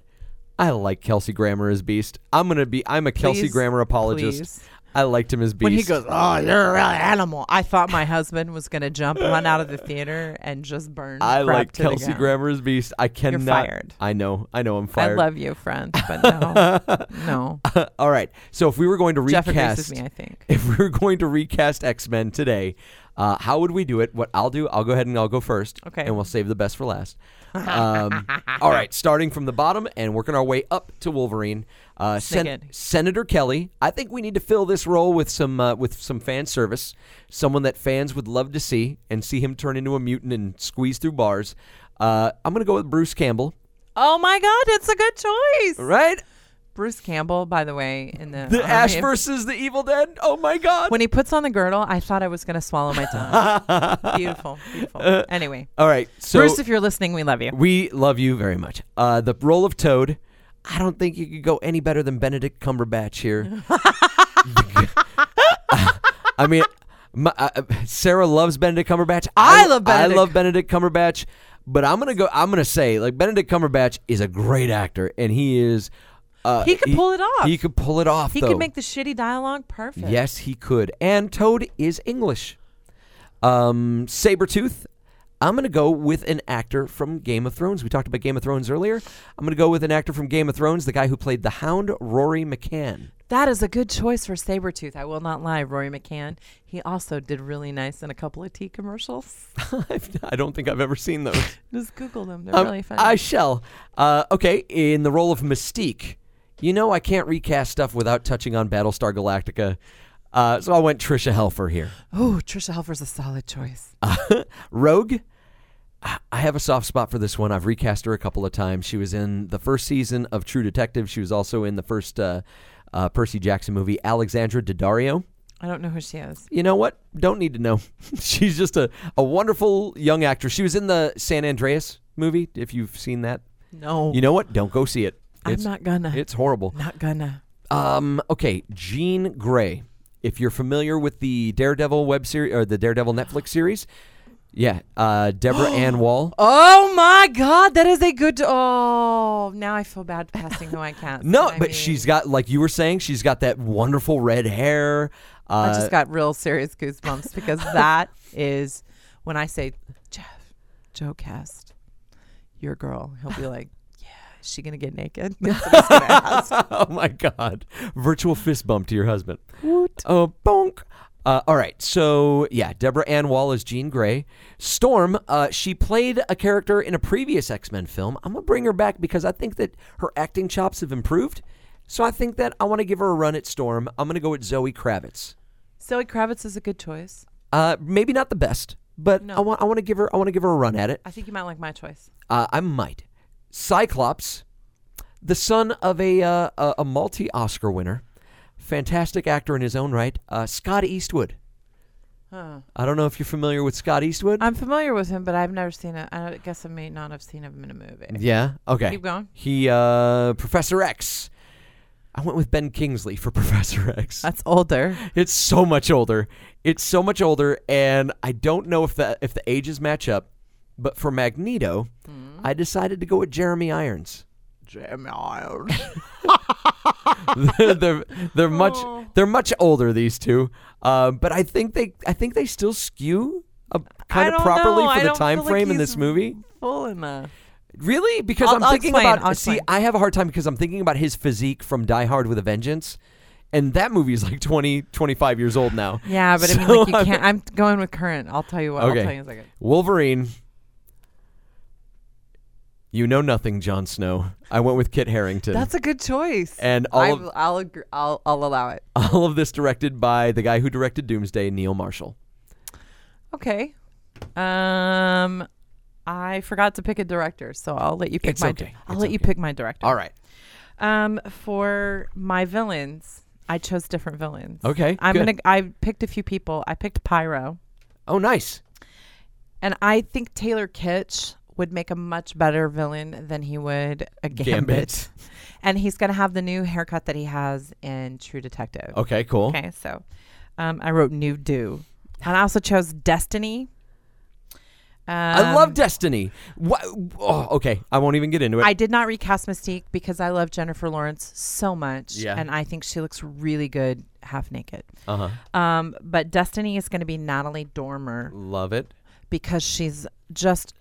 [SPEAKER 3] I like Kelsey Grammer as Beast. I'm gonna be. I'm a Kelsey
[SPEAKER 4] Please,
[SPEAKER 3] Grammer apologist.
[SPEAKER 4] please.
[SPEAKER 3] I liked him as Beast.
[SPEAKER 6] When he goes, oh, you're a real animal.
[SPEAKER 4] Animal. I thought my husband was gonna jump, run out of the theater, and just burn.
[SPEAKER 3] I
[SPEAKER 4] crap
[SPEAKER 3] like
[SPEAKER 4] to the
[SPEAKER 3] Kelsey
[SPEAKER 4] ground.
[SPEAKER 3] Grammer as Beast. I cannot.
[SPEAKER 4] fired.
[SPEAKER 3] I know. I know. I'm
[SPEAKER 4] I
[SPEAKER 3] fired.
[SPEAKER 4] love you, friend, but no, no.
[SPEAKER 3] All right. So if we were going to
[SPEAKER 4] Jeff agrees
[SPEAKER 3] recast,
[SPEAKER 4] with me. I think.
[SPEAKER 3] if we were going to recast X Men today, uh, how would we do it? What I'll do, I'll go ahead and I'll go first.
[SPEAKER 4] Okay.
[SPEAKER 3] And we'll save the best for last. Um, all right. Starting from the bottom and working our way up to Wolverine. Uh, Sen-
[SPEAKER 4] Sneak it.
[SPEAKER 3] Senator Kelly. I think we need to fill this role with some uh, with some fan service, someone that fans would love to see and see him turn into a mutant and squeeze through bars. Uh, I'm gonna go with Bruce Campbell.
[SPEAKER 4] Oh my God, it's a good choice.
[SPEAKER 3] Right.
[SPEAKER 4] Bruce Campbell, by the way, in the,
[SPEAKER 3] The
[SPEAKER 4] Army
[SPEAKER 3] Ash
[SPEAKER 4] of-
[SPEAKER 3] versus the Evil Dead. Oh my God.
[SPEAKER 4] Oh, When he puts on the girdle, I thought I was gonna swallow my tongue. beautiful, beautiful. Anyway,
[SPEAKER 3] all right. Uh, So
[SPEAKER 4] Bruce, if you're listening, we love you.
[SPEAKER 3] We love you very much. Uh, the role of Toad, I don't think you could go any better than Benedict Cumberbatch here. I mean, my, uh, Sarah loves Benedict Cumberbatch.
[SPEAKER 4] I love Benedict.
[SPEAKER 3] I love Benedict Cumberbatch, but I'm gonna go. I'm gonna say like Benedict Cumberbatch is a great actor, and he is. Uh,
[SPEAKER 4] He could pull it off.
[SPEAKER 3] He could pull it off.
[SPEAKER 4] He
[SPEAKER 3] though.
[SPEAKER 4] could make the shitty dialogue perfect.
[SPEAKER 3] Yes, he could. And Toad is English. Um, Sabretooth, I'm going to go with an actor from Game of Thrones. We talked about Game of Thrones earlier. I'm going to go with an actor from Game of Thrones, the guy who played the Hound, Rory McCann.
[SPEAKER 4] That is a good choice for Sabretooth. I will not lie, Rory McCann. He also did really nice in a couple of tea commercials.
[SPEAKER 3] I've- I don't think I've ever seen those.
[SPEAKER 4] Just Google them. They're
[SPEAKER 3] Um,
[SPEAKER 4] really funny.
[SPEAKER 3] I shall. Uh, okay, in the role of Mystique, you know I can't recast stuff without touching on Battlestar Galactica. Uh, so I went Trisha Helfer here.
[SPEAKER 4] oh, Trisha Helfer's a solid choice.
[SPEAKER 3] Rogue. I- I have a soft spot for this one. I've recast her a couple of times. She was in the first season of True Detective. She was also in the first uh, uh, Percy Jackson movie, Alexandra Daddario.
[SPEAKER 4] I don't know who she is.
[SPEAKER 3] You know what? Don't need to know. She's just a, a wonderful young actress. She was in the San Andreas movie, if you've seen that.
[SPEAKER 4] No,
[SPEAKER 3] You know what? Don't go see it.
[SPEAKER 4] I'm
[SPEAKER 3] It's,
[SPEAKER 4] not gonna.
[SPEAKER 3] it's horrible.
[SPEAKER 4] not gonna.
[SPEAKER 3] Um, okay, Jean Grey. If you're familiar with the Daredevil web series or the Daredevil Netflix series, yeah, uh, Deborah Ann Wall.
[SPEAKER 4] Oh my God, that is a good. Oh, now I feel bad passing who I cast.
[SPEAKER 3] No,
[SPEAKER 4] I
[SPEAKER 3] but
[SPEAKER 4] mean,
[SPEAKER 3] she's got like you were saying, she's got that wonderful red hair. Uh,
[SPEAKER 4] I just got real serious goosebumps because that is when I say, Jeff, Joe cast your girl. He'll be like, yeah, is she gonna get naked? That's what he's gonna ask.
[SPEAKER 3] oh my god, virtual fist bump to your husband. Woot. Oh, bonk. Uh, all right, so yeah, Deborah Ann Wall is Jean Grey. Storm, uh, she played a character in a previous X Men film. I'm gonna bring her back because I think that her acting chops have improved. So I think that I want to give her a run at Storm. I'm gonna go with Zoe Kravitz.
[SPEAKER 4] Zoe Kravitz is a good choice.
[SPEAKER 3] Uh, maybe not the best, but I want I want to give her I want to give her a run at it.
[SPEAKER 4] I think you might like my choice.
[SPEAKER 3] Uh, I might. Cyclops, the son of a uh, a, a multi Oscar winner, fantastic actor in his own right, uh, Scott Eastwood. I don't know if you're familiar with Scott Eastwood.
[SPEAKER 4] I'm familiar with him, but I've never seen it. I guess I may not have seen him in a movie.
[SPEAKER 3] yeah. Okay.
[SPEAKER 4] Keep going.
[SPEAKER 3] He uh, Professor X. I went with Ben Kingsley for Professor X.
[SPEAKER 4] That's older.
[SPEAKER 3] It's so much older. It's so much older, and I don't know if the if the ages match up. But for Magneto,
[SPEAKER 4] Hmm.
[SPEAKER 3] I decided to go with Jeremy Irons.
[SPEAKER 6] Jeremy Irons.
[SPEAKER 3] they're they're much
[SPEAKER 4] Oh.
[SPEAKER 3] they're much older these two, uh, but I think they I think they still skew uh,
[SPEAKER 4] I
[SPEAKER 3] kind of
[SPEAKER 4] don't
[SPEAKER 3] properly
[SPEAKER 4] know. I
[SPEAKER 3] for the
[SPEAKER 4] don't
[SPEAKER 3] time
[SPEAKER 4] feel like
[SPEAKER 3] frame in
[SPEAKER 4] he's-
[SPEAKER 3] this movie.
[SPEAKER 4] Full enough.
[SPEAKER 3] Really? Because
[SPEAKER 4] I'll-
[SPEAKER 3] am
[SPEAKER 4] I'll
[SPEAKER 3] thinking
[SPEAKER 4] explain,
[SPEAKER 3] about
[SPEAKER 4] I'll
[SPEAKER 3] see
[SPEAKER 4] explain.
[SPEAKER 3] I have a hard time because I'm thinking about his physique from Die Hard with a Vengeance, And that movie is like 20, 25 years old now.
[SPEAKER 4] Yeah, but I mean,
[SPEAKER 3] So
[SPEAKER 4] like you
[SPEAKER 3] I'm-
[SPEAKER 4] can't. I'm going with current. I'll tell you what.
[SPEAKER 3] Okay.
[SPEAKER 4] I'll tell you in a second.
[SPEAKER 3] Wolverine. You know nothing, Jon Snow. I went with Kit Harrington.
[SPEAKER 4] That's a good choice.
[SPEAKER 3] and all
[SPEAKER 4] I'll,
[SPEAKER 3] of,
[SPEAKER 4] I'll, agree, I'll I'll allow it.
[SPEAKER 3] all of this directed by the guy who directed Doomsday, Neil Marshall.
[SPEAKER 4] Okay. Um, I forgot to pick a director, so I'll let you pick
[SPEAKER 3] It's
[SPEAKER 4] my.
[SPEAKER 3] okay.
[SPEAKER 4] I'll
[SPEAKER 3] It's
[SPEAKER 4] let you
[SPEAKER 3] okay.
[SPEAKER 4] pick my director.
[SPEAKER 3] All right.
[SPEAKER 4] Um, for my villains, I chose different villains.
[SPEAKER 3] Okay,
[SPEAKER 4] I'm
[SPEAKER 3] good.
[SPEAKER 4] gonna. I picked a few people. I picked Pyro,
[SPEAKER 3] Oh, nice.
[SPEAKER 4] and I think Taylor Kitsch would make a much better villain than he would a Gambit.
[SPEAKER 3] Gambit.
[SPEAKER 4] And he's gonna have the new haircut that he has in True Detective.
[SPEAKER 3] Okay, cool.
[SPEAKER 4] Okay, so um, I wrote New Do, and I also chose Destiny. Um,
[SPEAKER 3] I love Destiny. What? Oh, okay, I won't even get into it.
[SPEAKER 4] I did not recast Mystique because I love Jennifer Lawrence so much,
[SPEAKER 3] Yeah.
[SPEAKER 4] and I think she looks really good half naked.
[SPEAKER 3] uh-huh.
[SPEAKER 4] Um, but Destiny is going to be Natalie Dormer
[SPEAKER 3] Love it.
[SPEAKER 4] because she's just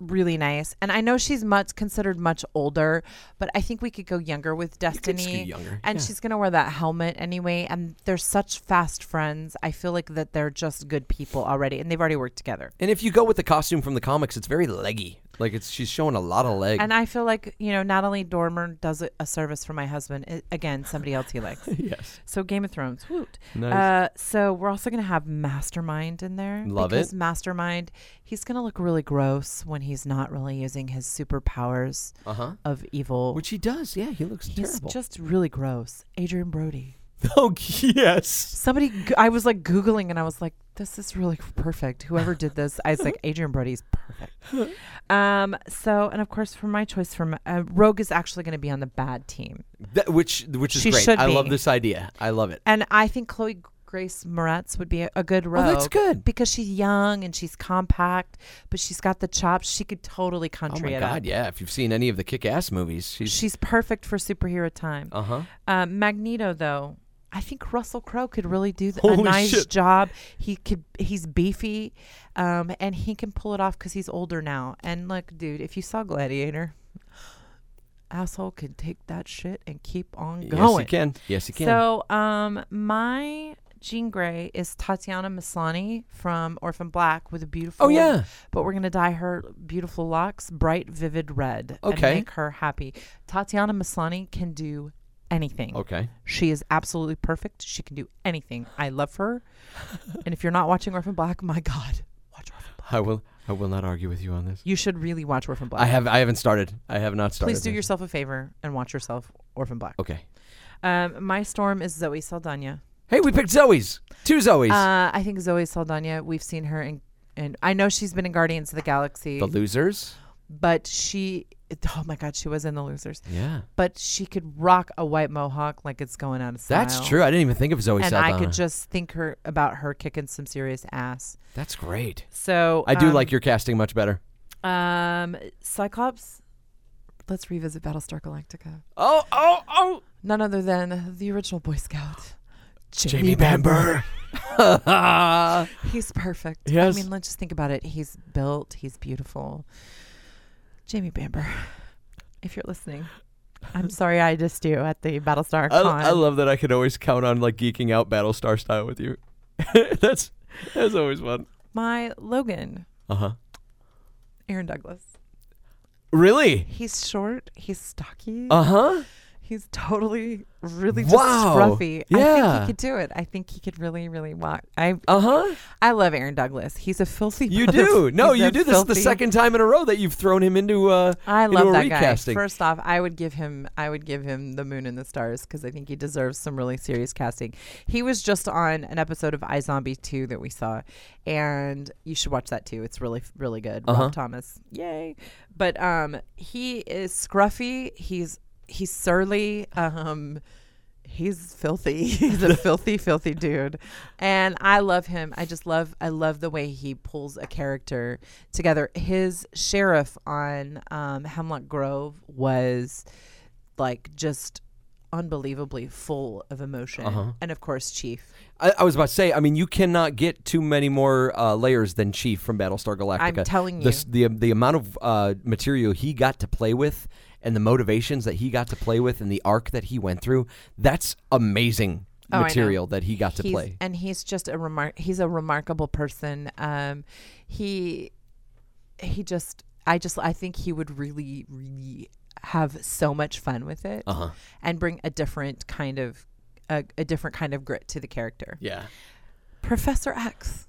[SPEAKER 4] really nice, and I know she's much considered much older, but I think we could go younger with
[SPEAKER 3] could
[SPEAKER 4] Destiny.
[SPEAKER 3] skew younger,
[SPEAKER 4] and
[SPEAKER 3] yeah.
[SPEAKER 4] she's going to wear that helmet anyway. And they're such fast friends. I feel like that they're just good people already, and they've already worked together.
[SPEAKER 3] And if you go with the costume from the comics, it's very leggy. Like it's she's showing a lot of leg.
[SPEAKER 4] And I feel like, you know, Natalie Dormer does a, a service for my husband. I- again, somebody else he likes.
[SPEAKER 3] yes.
[SPEAKER 4] So Game of Thrones. Woot.
[SPEAKER 3] Nice.
[SPEAKER 4] Uh, so we're also going to have Mastermind in there.
[SPEAKER 3] Love
[SPEAKER 4] because
[SPEAKER 3] it.
[SPEAKER 4] Mastermind, he's going to look really gross when he's not really using his superpowers
[SPEAKER 3] Uh huh.
[SPEAKER 4] of evil.
[SPEAKER 3] Which he does. Yeah, he looks
[SPEAKER 4] he's
[SPEAKER 3] terrible.
[SPEAKER 4] just really gross. Adrian Brody.
[SPEAKER 3] oh yes.
[SPEAKER 4] Somebody, g- I was like Googling and I was like, this is really perfect. Whoever did this, I was like, Adrian Brody's perfect. Um, so, and of course, for my choice, from uh, Rogue is actually going to be on the bad team.
[SPEAKER 3] That, which which is
[SPEAKER 4] She
[SPEAKER 3] great.
[SPEAKER 4] should
[SPEAKER 3] I love
[SPEAKER 4] be.
[SPEAKER 3] this idea. I love it.
[SPEAKER 4] And I think Chloe Grace Moretz would be a, a good
[SPEAKER 3] Oh,
[SPEAKER 4] Rogue.
[SPEAKER 3] that's good.
[SPEAKER 4] Because she's young and she's compact, but she's got the chops. She could totally
[SPEAKER 3] Oh
[SPEAKER 4] country
[SPEAKER 3] my
[SPEAKER 4] it
[SPEAKER 3] god,
[SPEAKER 4] up.
[SPEAKER 3] yeah. If you've seen any of the kick ass movies, she's
[SPEAKER 4] She's perfect for superhero time.
[SPEAKER 3] uh huh.
[SPEAKER 4] Uh, Magneto, though, I think Russell Crowe could really do th- a
[SPEAKER 3] Holy
[SPEAKER 4] nice
[SPEAKER 3] shit.
[SPEAKER 4] job. He could. He's beefy, um, and he can pull it off because he's older now. And look, dude, if you saw Gladiator, asshole could take that shit and keep on
[SPEAKER 3] Yes, you
[SPEAKER 4] going.
[SPEAKER 3] can. Yes, you can.
[SPEAKER 4] So, um, my Jean Grey is Tatiana Maslany from Orphan Black with a beautiful.
[SPEAKER 3] Oh, yeah.
[SPEAKER 4] But we're gonna dye her beautiful locks bright, vivid red.
[SPEAKER 3] Okay.
[SPEAKER 4] And make her happy. Tatiana Maslany can do anything.
[SPEAKER 3] okay.
[SPEAKER 4] She is absolutely perfect. She can do anything. I love her. and if you're not watching Orphan Black, my God, watch Orphan Black.
[SPEAKER 3] I will. I will not argue with you on this.
[SPEAKER 4] You should really watch Orphan Black.
[SPEAKER 3] I have. I haven't started. I have not started.
[SPEAKER 4] Please do
[SPEAKER 3] this.
[SPEAKER 4] yourself a favor and watch yourself Orphan Black.
[SPEAKER 3] Okay.
[SPEAKER 4] Um, my storm is Zoe Saldana.
[SPEAKER 3] Hey, we picked Zoe's. Two Zoe's.
[SPEAKER 4] Uh, I think Zoe Saldana. We've seen her in, and I know she's been in Guardians of the Galaxy,
[SPEAKER 3] the losers.
[SPEAKER 4] but she, oh my God, she was in The Losers.
[SPEAKER 3] Yeah.
[SPEAKER 4] But she could rock a white mohawk like it's going out of style.
[SPEAKER 3] That's true. I didn't even think of Zoe
[SPEAKER 4] And
[SPEAKER 3] Saldana.
[SPEAKER 4] I could just think her about her kicking some serious ass.
[SPEAKER 3] That's great.
[SPEAKER 4] So
[SPEAKER 3] I do
[SPEAKER 4] um,
[SPEAKER 3] like your casting much better.
[SPEAKER 4] um, Cyclops. Let's revisit Battlestar Galactica.
[SPEAKER 3] Oh, oh, oh.
[SPEAKER 4] None other than the original Boy Scout,
[SPEAKER 3] Jamie Bamber. yeah.
[SPEAKER 4] He's perfect.
[SPEAKER 3] Yes.
[SPEAKER 4] I mean, let's just think about it. He's built. He's beautiful. Jamie Bamber, if you're listening, I'm sorry I dissed you at the Battlestar
[SPEAKER 3] I,
[SPEAKER 4] con.
[SPEAKER 3] I love that I could always count on like geeking out Battlestar style with you. that's that's always fun.
[SPEAKER 4] My Logan,
[SPEAKER 3] Uh huh.
[SPEAKER 4] Aaron Douglas.
[SPEAKER 3] Really?
[SPEAKER 4] He's short. He's stocky.
[SPEAKER 3] Uh huh.
[SPEAKER 4] he's totally really just
[SPEAKER 3] Wow.
[SPEAKER 4] scruffy. I think
[SPEAKER 3] Yeah.
[SPEAKER 4] he could do it. I think he could really, really walk. I
[SPEAKER 3] Uh huh.
[SPEAKER 4] I love Aaron Douglas. He's a filthy.
[SPEAKER 3] You
[SPEAKER 4] mother-
[SPEAKER 3] do. No,
[SPEAKER 4] he's
[SPEAKER 3] you
[SPEAKER 4] a
[SPEAKER 3] do. This is the
[SPEAKER 4] filthy-
[SPEAKER 3] second time in a row that you've thrown him into. uh
[SPEAKER 4] I
[SPEAKER 3] into a
[SPEAKER 4] love that
[SPEAKER 3] recasting.
[SPEAKER 4] guy. First off, I would give him I would give him the moon and the stars because I think he deserves some really serious casting. He was just on an episode of iZombie 2 that we saw, and you should watch that too. It's really really good.
[SPEAKER 3] Uh-huh.
[SPEAKER 4] Rob Thomas, yay! But um, he is scruffy. He's he's surly. Um. He's filthy. He's a filthy, filthy dude, and I love him. I just love. I love the way he pulls a character together. His sheriff on um, Hemlock Grove was like just unbelievably full of emotion, and of course, Chief.
[SPEAKER 3] I, I was about to say. I mean, you cannot get too many more uh, layers than Chief from Battlestar Galactica.
[SPEAKER 4] telling
[SPEAKER 3] the, s- the the amount of uh, material he got to play with, and the motivations that he got to play with, and the arc that he went through. That's amazing.
[SPEAKER 4] Oh, I know.
[SPEAKER 3] material that he got to
[SPEAKER 4] He's-
[SPEAKER 3] play.
[SPEAKER 4] And he's just a remar- he's a remarkable person. Um, he he just I just I think he would really really have so much fun with it
[SPEAKER 3] Uh huh.
[SPEAKER 4] and bring a different kind of a, a different kind of grit to the character.
[SPEAKER 3] Yeah.
[SPEAKER 4] Professor X.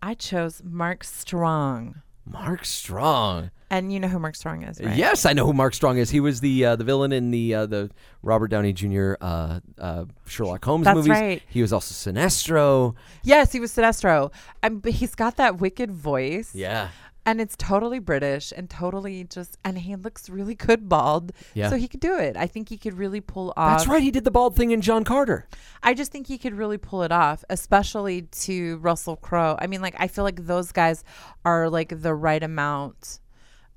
[SPEAKER 4] I chose Mark Strong.
[SPEAKER 3] Mark Strong.
[SPEAKER 4] And you know who Mark Strong is, right?
[SPEAKER 3] Yes, I know who Mark Strong is. He was the uh, the villain in the uh, the Robert Downey Jr. Uh, uh, Sherlock Holmes
[SPEAKER 4] That's
[SPEAKER 3] movies.
[SPEAKER 4] right.
[SPEAKER 3] He was also Sinestro.
[SPEAKER 4] Yes, he was Sinestro. Um, but he's got that wicked voice.
[SPEAKER 3] Yeah.
[SPEAKER 4] And it's totally British and totally just, and he looks really good bald.
[SPEAKER 3] Yeah.
[SPEAKER 4] So he could do it. I think he could really pull off.
[SPEAKER 3] That's right. He did the bald thing in John Carter.
[SPEAKER 4] I just think he could really pull it off, especially to Russell Crowe. I mean, like, I feel like those guys are like the right amount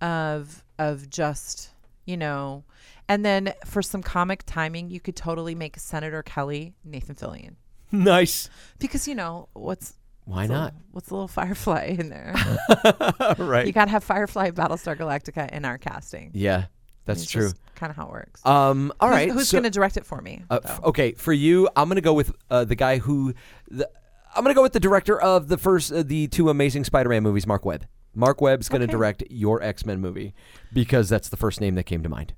[SPEAKER 4] of, of just, you know. And then for some comic timing, you could totally make Senator Kelly Nathan Fillion.
[SPEAKER 3] Nice.
[SPEAKER 4] Because, you know, what's,
[SPEAKER 3] Why
[SPEAKER 4] what's a-
[SPEAKER 3] not?
[SPEAKER 4] what's a little firefly in there?
[SPEAKER 3] right.
[SPEAKER 4] you got to have Firefly, Battlestar Galactica in our casting.
[SPEAKER 3] yeah, that's true.
[SPEAKER 4] Kind of how it works.
[SPEAKER 3] Um, all
[SPEAKER 4] Who's-
[SPEAKER 3] right.
[SPEAKER 4] Who's,
[SPEAKER 3] so-
[SPEAKER 4] going to direct it for me?
[SPEAKER 3] Uh, f- okay, for you, I'm gonna go with uh, the guy who, the, I'm gonna go with the director of the first, uh, the two amazing Spider-Man movies, Mark Webb. Mark Webb's gonna
[SPEAKER 4] Okay.
[SPEAKER 3] direct your X-Men movie because that's the first name that came to mind.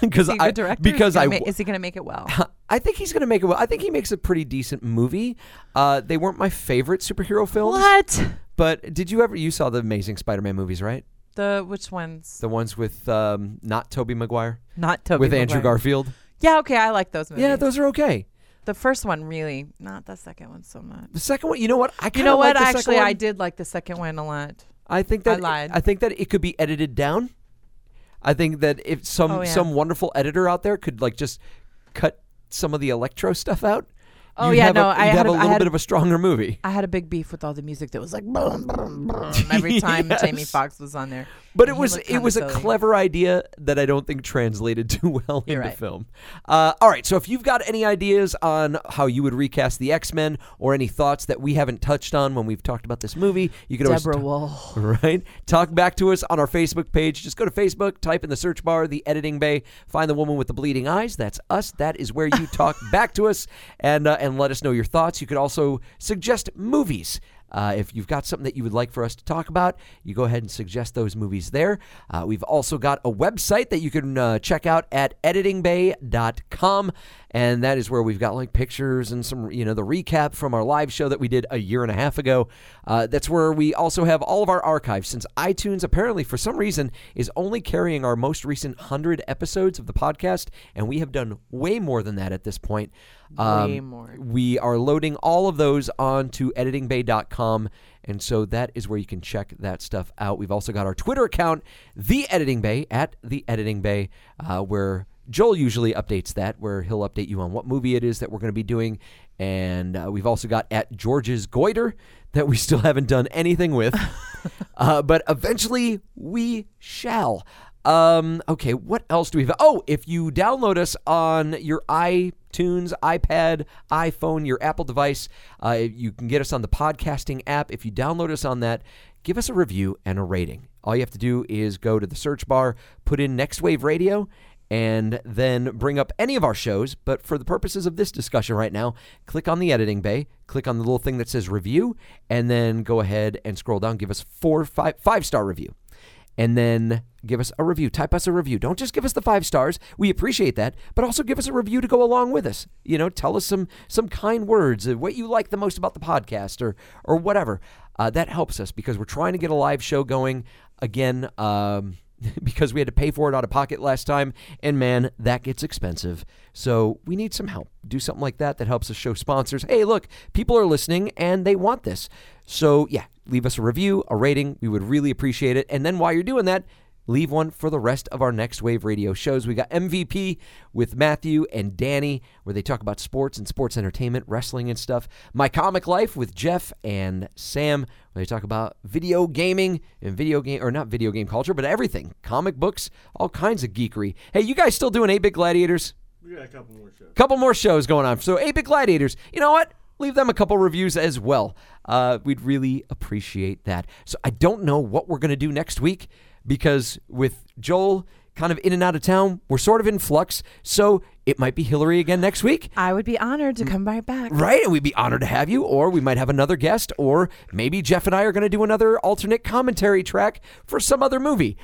[SPEAKER 3] Because
[SPEAKER 4] Is he
[SPEAKER 3] I,
[SPEAKER 4] good director? Is
[SPEAKER 3] because
[SPEAKER 4] he
[SPEAKER 3] I,
[SPEAKER 4] gonna ma-
[SPEAKER 3] w-
[SPEAKER 4] is he going to make it well?
[SPEAKER 3] I think he's gonna make it. well. I think he makes a pretty decent movie. Uh, they weren't my favorite superhero films,
[SPEAKER 4] what?
[SPEAKER 3] but did you ever? You saw the amazing Spider-Man movies, right?
[SPEAKER 4] The which ones?
[SPEAKER 3] The ones with um, not Tobey Maguire,
[SPEAKER 4] Not Toby.
[SPEAKER 3] with Andrew Garfield.
[SPEAKER 4] Yeah, okay, I like those movies.
[SPEAKER 3] Yeah, those are okay.
[SPEAKER 4] The first one really, not the second one so much.
[SPEAKER 3] The second one, you know what? I
[SPEAKER 4] You
[SPEAKER 3] kinda
[SPEAKER 4] know what?
[SPEAKER 3] like the second
[SPEAKER 4] Actually, I
[SPEAKER 3] one.
[SPEAKER 4] did like the second one a lot.
[SPEAKER 3] I think that
[SPEAKER 4] I lied.
[SPEAKER 3] think that it could be edited down. I think that if some
[SPEAKER 4] Oh, yeah.
[SPEAKER 3] some wonderful editor out there could like just cut some of the electro stuff out.
[SPEAKER 4] Oh,
[SPEAKER 3] you'd
[SPEAKER 4] yeah,
[SPEAKER 3] have
[SPEAKER 4] no,
[SPEAKER 3] a,
[SPEAKER 4] I
[SPEAKER 3] you'd
[SPEAKER 4] had
[SPEAKER 3] have
[SPEAKER 4] a-
[SPEAKER 3] a
[SPEAKER 4] I
[SPEAKER 3] little
[SPEAKER 4] had
[SPEAKER 3] bit
[SPEAKER 4] a-
[SPEAKER 3] of a stronger movie.
[SPEAKER 4] I had a big beef with all the music that was like boom, boom, boom every time Jamie Fox was on there.
[SPEAKER 3] But
[SPEAKER 4] And
[SPEAKER 3] it
[SPEAKER 4] he
[SPEAKER 3] was
[SPEAKER 4] looked
[SPEAKER 3] it was a
[SPEAKER 4] kinda silly.
[SPEAKER 3] clever idea that I don't think translated too well
[SPEAKER 4] You're
[SPEAKER 3] into
[SPEAKER 4] right.
[SPEAKER 3] film. Uh, all right, so if you've got any ideas on how you would recast the X Men or any thoughts that we haven't touched on when we've talked about this movie, you can always
[SPEAKER 4] Deborah Wool.
[SPEAKER 3] right? Talk back to us on our Facebook page. Just go to Facebook, type in the search bar, the editing bay, find the woman with the bleeding eyes. That's us. That is where you talk back to us and uh, and let us know your thoughts. You could also suggest movies. Uh, if you've got something that you would like for us to talk about, you go ahead and suggest those movies there. Uh, we've also got a website that you can uh, check out at editingbay.com. And that is where we've got like pictures and some, you know, the recap from our live show that we did a year and a half ago. Uh, that's where we also have all of our archives since iTunes apparently, for some reason, is only carrying our most recent 100 episodes of the podcast. And we have done way more than that at this point. Um,
[SPEAKER 4] Way more.
[SPEAKER 3] We are loading all of those onto editingbay.com. And so that is where you can check that stuff out. We've also got our Twitter account, The Editing Bay, at The Editing Bay, uh, where Joel usually updates that, where he'll update you on what movie it is that we're going to be doing. And uh, we've also got at George's Goiter that we still haven't done anything with. uh, but eventually we shall. Um, okay, what else do we have? Oh, if you download us on your iTunes, iPad, iPhone, your Apple device, uh, you can get us on the podcasting app. If you download us on that, give us a review and a rating. All you have to do is go to the search bar, put in Next Wave Radio, and then bring up any of our shows. But for the purposes of this discussion right now, click on the editing bay, click on the little thing that says review, and then go ahead and scroll down. Give us four, five, five star review and then give us a review. Type us a review. Don't just give us the five stars. We appreciate that, but also give us a review to go along with us. You know, tell us some some kind words, uh, what you like the most about the podcast, or or whatever. Uh, that helps us because we're trying to get a live show going again. Um, because we had to pay for it out of pocket last time, and man, that gets expensive. So we need some help. Do something like that that helps us show sponsors. Hey, look, people are listening and they want this. So yeah, leave us a review, a rating. We would really appreciate it. And then while you're doing that, leave one for the rest of our next wave radio shows. We got MVP with Matthew and Danny, where they talk about sports and sports entertainment, wrestling and stuff. My Comic Life with Jeff and Sam, where they talk about video gaming and video game, or not video game culture, but everything comic books, all kinds of geekery. Hey, you guys still doing 8 Bit Gladiators? couple more shows going on. So, Apic Gladiators, you know what? Leave them a couple reviews as well. Uh, we'd really appreciate that. So, I don't know what we're going to do next week because with Joel kind of in and out of town. We're sort of in flux. So it might be Hillary again next week.
[SPEAKER 4] I would be honored
[SPEAKER 3] Mm.
[SPEAKER 4] to come right back.
[SPEAKER 3] Right, and we'd be honored to have you, or we might have another guest, or maybe Jeff and I are going to do another alternate commentary track for some other movie.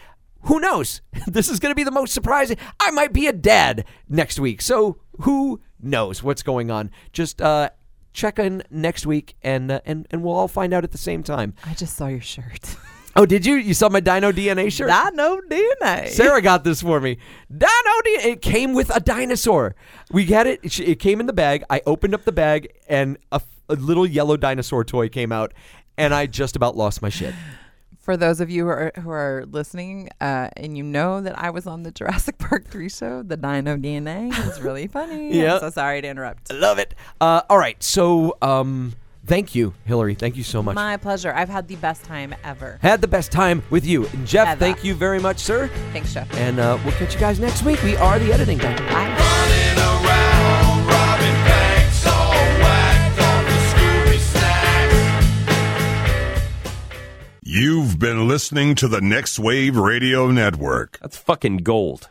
[SPEAKER 3] Who knows? This is going to be the most surprising. I might be a dad next week, so who knows what's going on? Just uh, check in next week, and uh, and and we'll all find out at the same time.
[SPEAKER 4] I just saw your shirt.
[SPEAKER 3] Oh, did you? You saw my Dino DNA shirt?
[SPEAKER 4] I know DNA.
[SPEAKER 3] Sarah got this for me. Dino, D- it came with a dinosaur. We had it. It sh- It came in the bag. I opened up the bag, and a, f- a little yellow dinosaur toy came out, and I just about lost my shit.
[SPEAKER 4] For those of you who are, who are listening, uh, and you know that I was on the Jurassic Park 3 show, the Dino DNA is really funny.
[SPEAKER 3] Yeah.
[SPEAKER 4] I'm so sorry to interrupt.
[SPEAKER 3] I love it. Uh, all right, so um, thank you, Hillary. Thank you so much.
[SPEAKER 4] My pleasure. I've had the best time ever.
[SPEAKER 3] had the best time with you, and Jeff.
[SPEAKER 4] Ever.
[SPEAKER 3] Thank you very much, sir.
[SPEAKER 4] Thanks, Jeff.
[SPEAKER 3] And uh, we'll catch you guys next week. We are the editing guy.
[SPEAKER 4] Bye.
[SPEAKER 1] You've been listening to the Next Wave Radio Network.
[SPEAKER 7] That's fucking gold.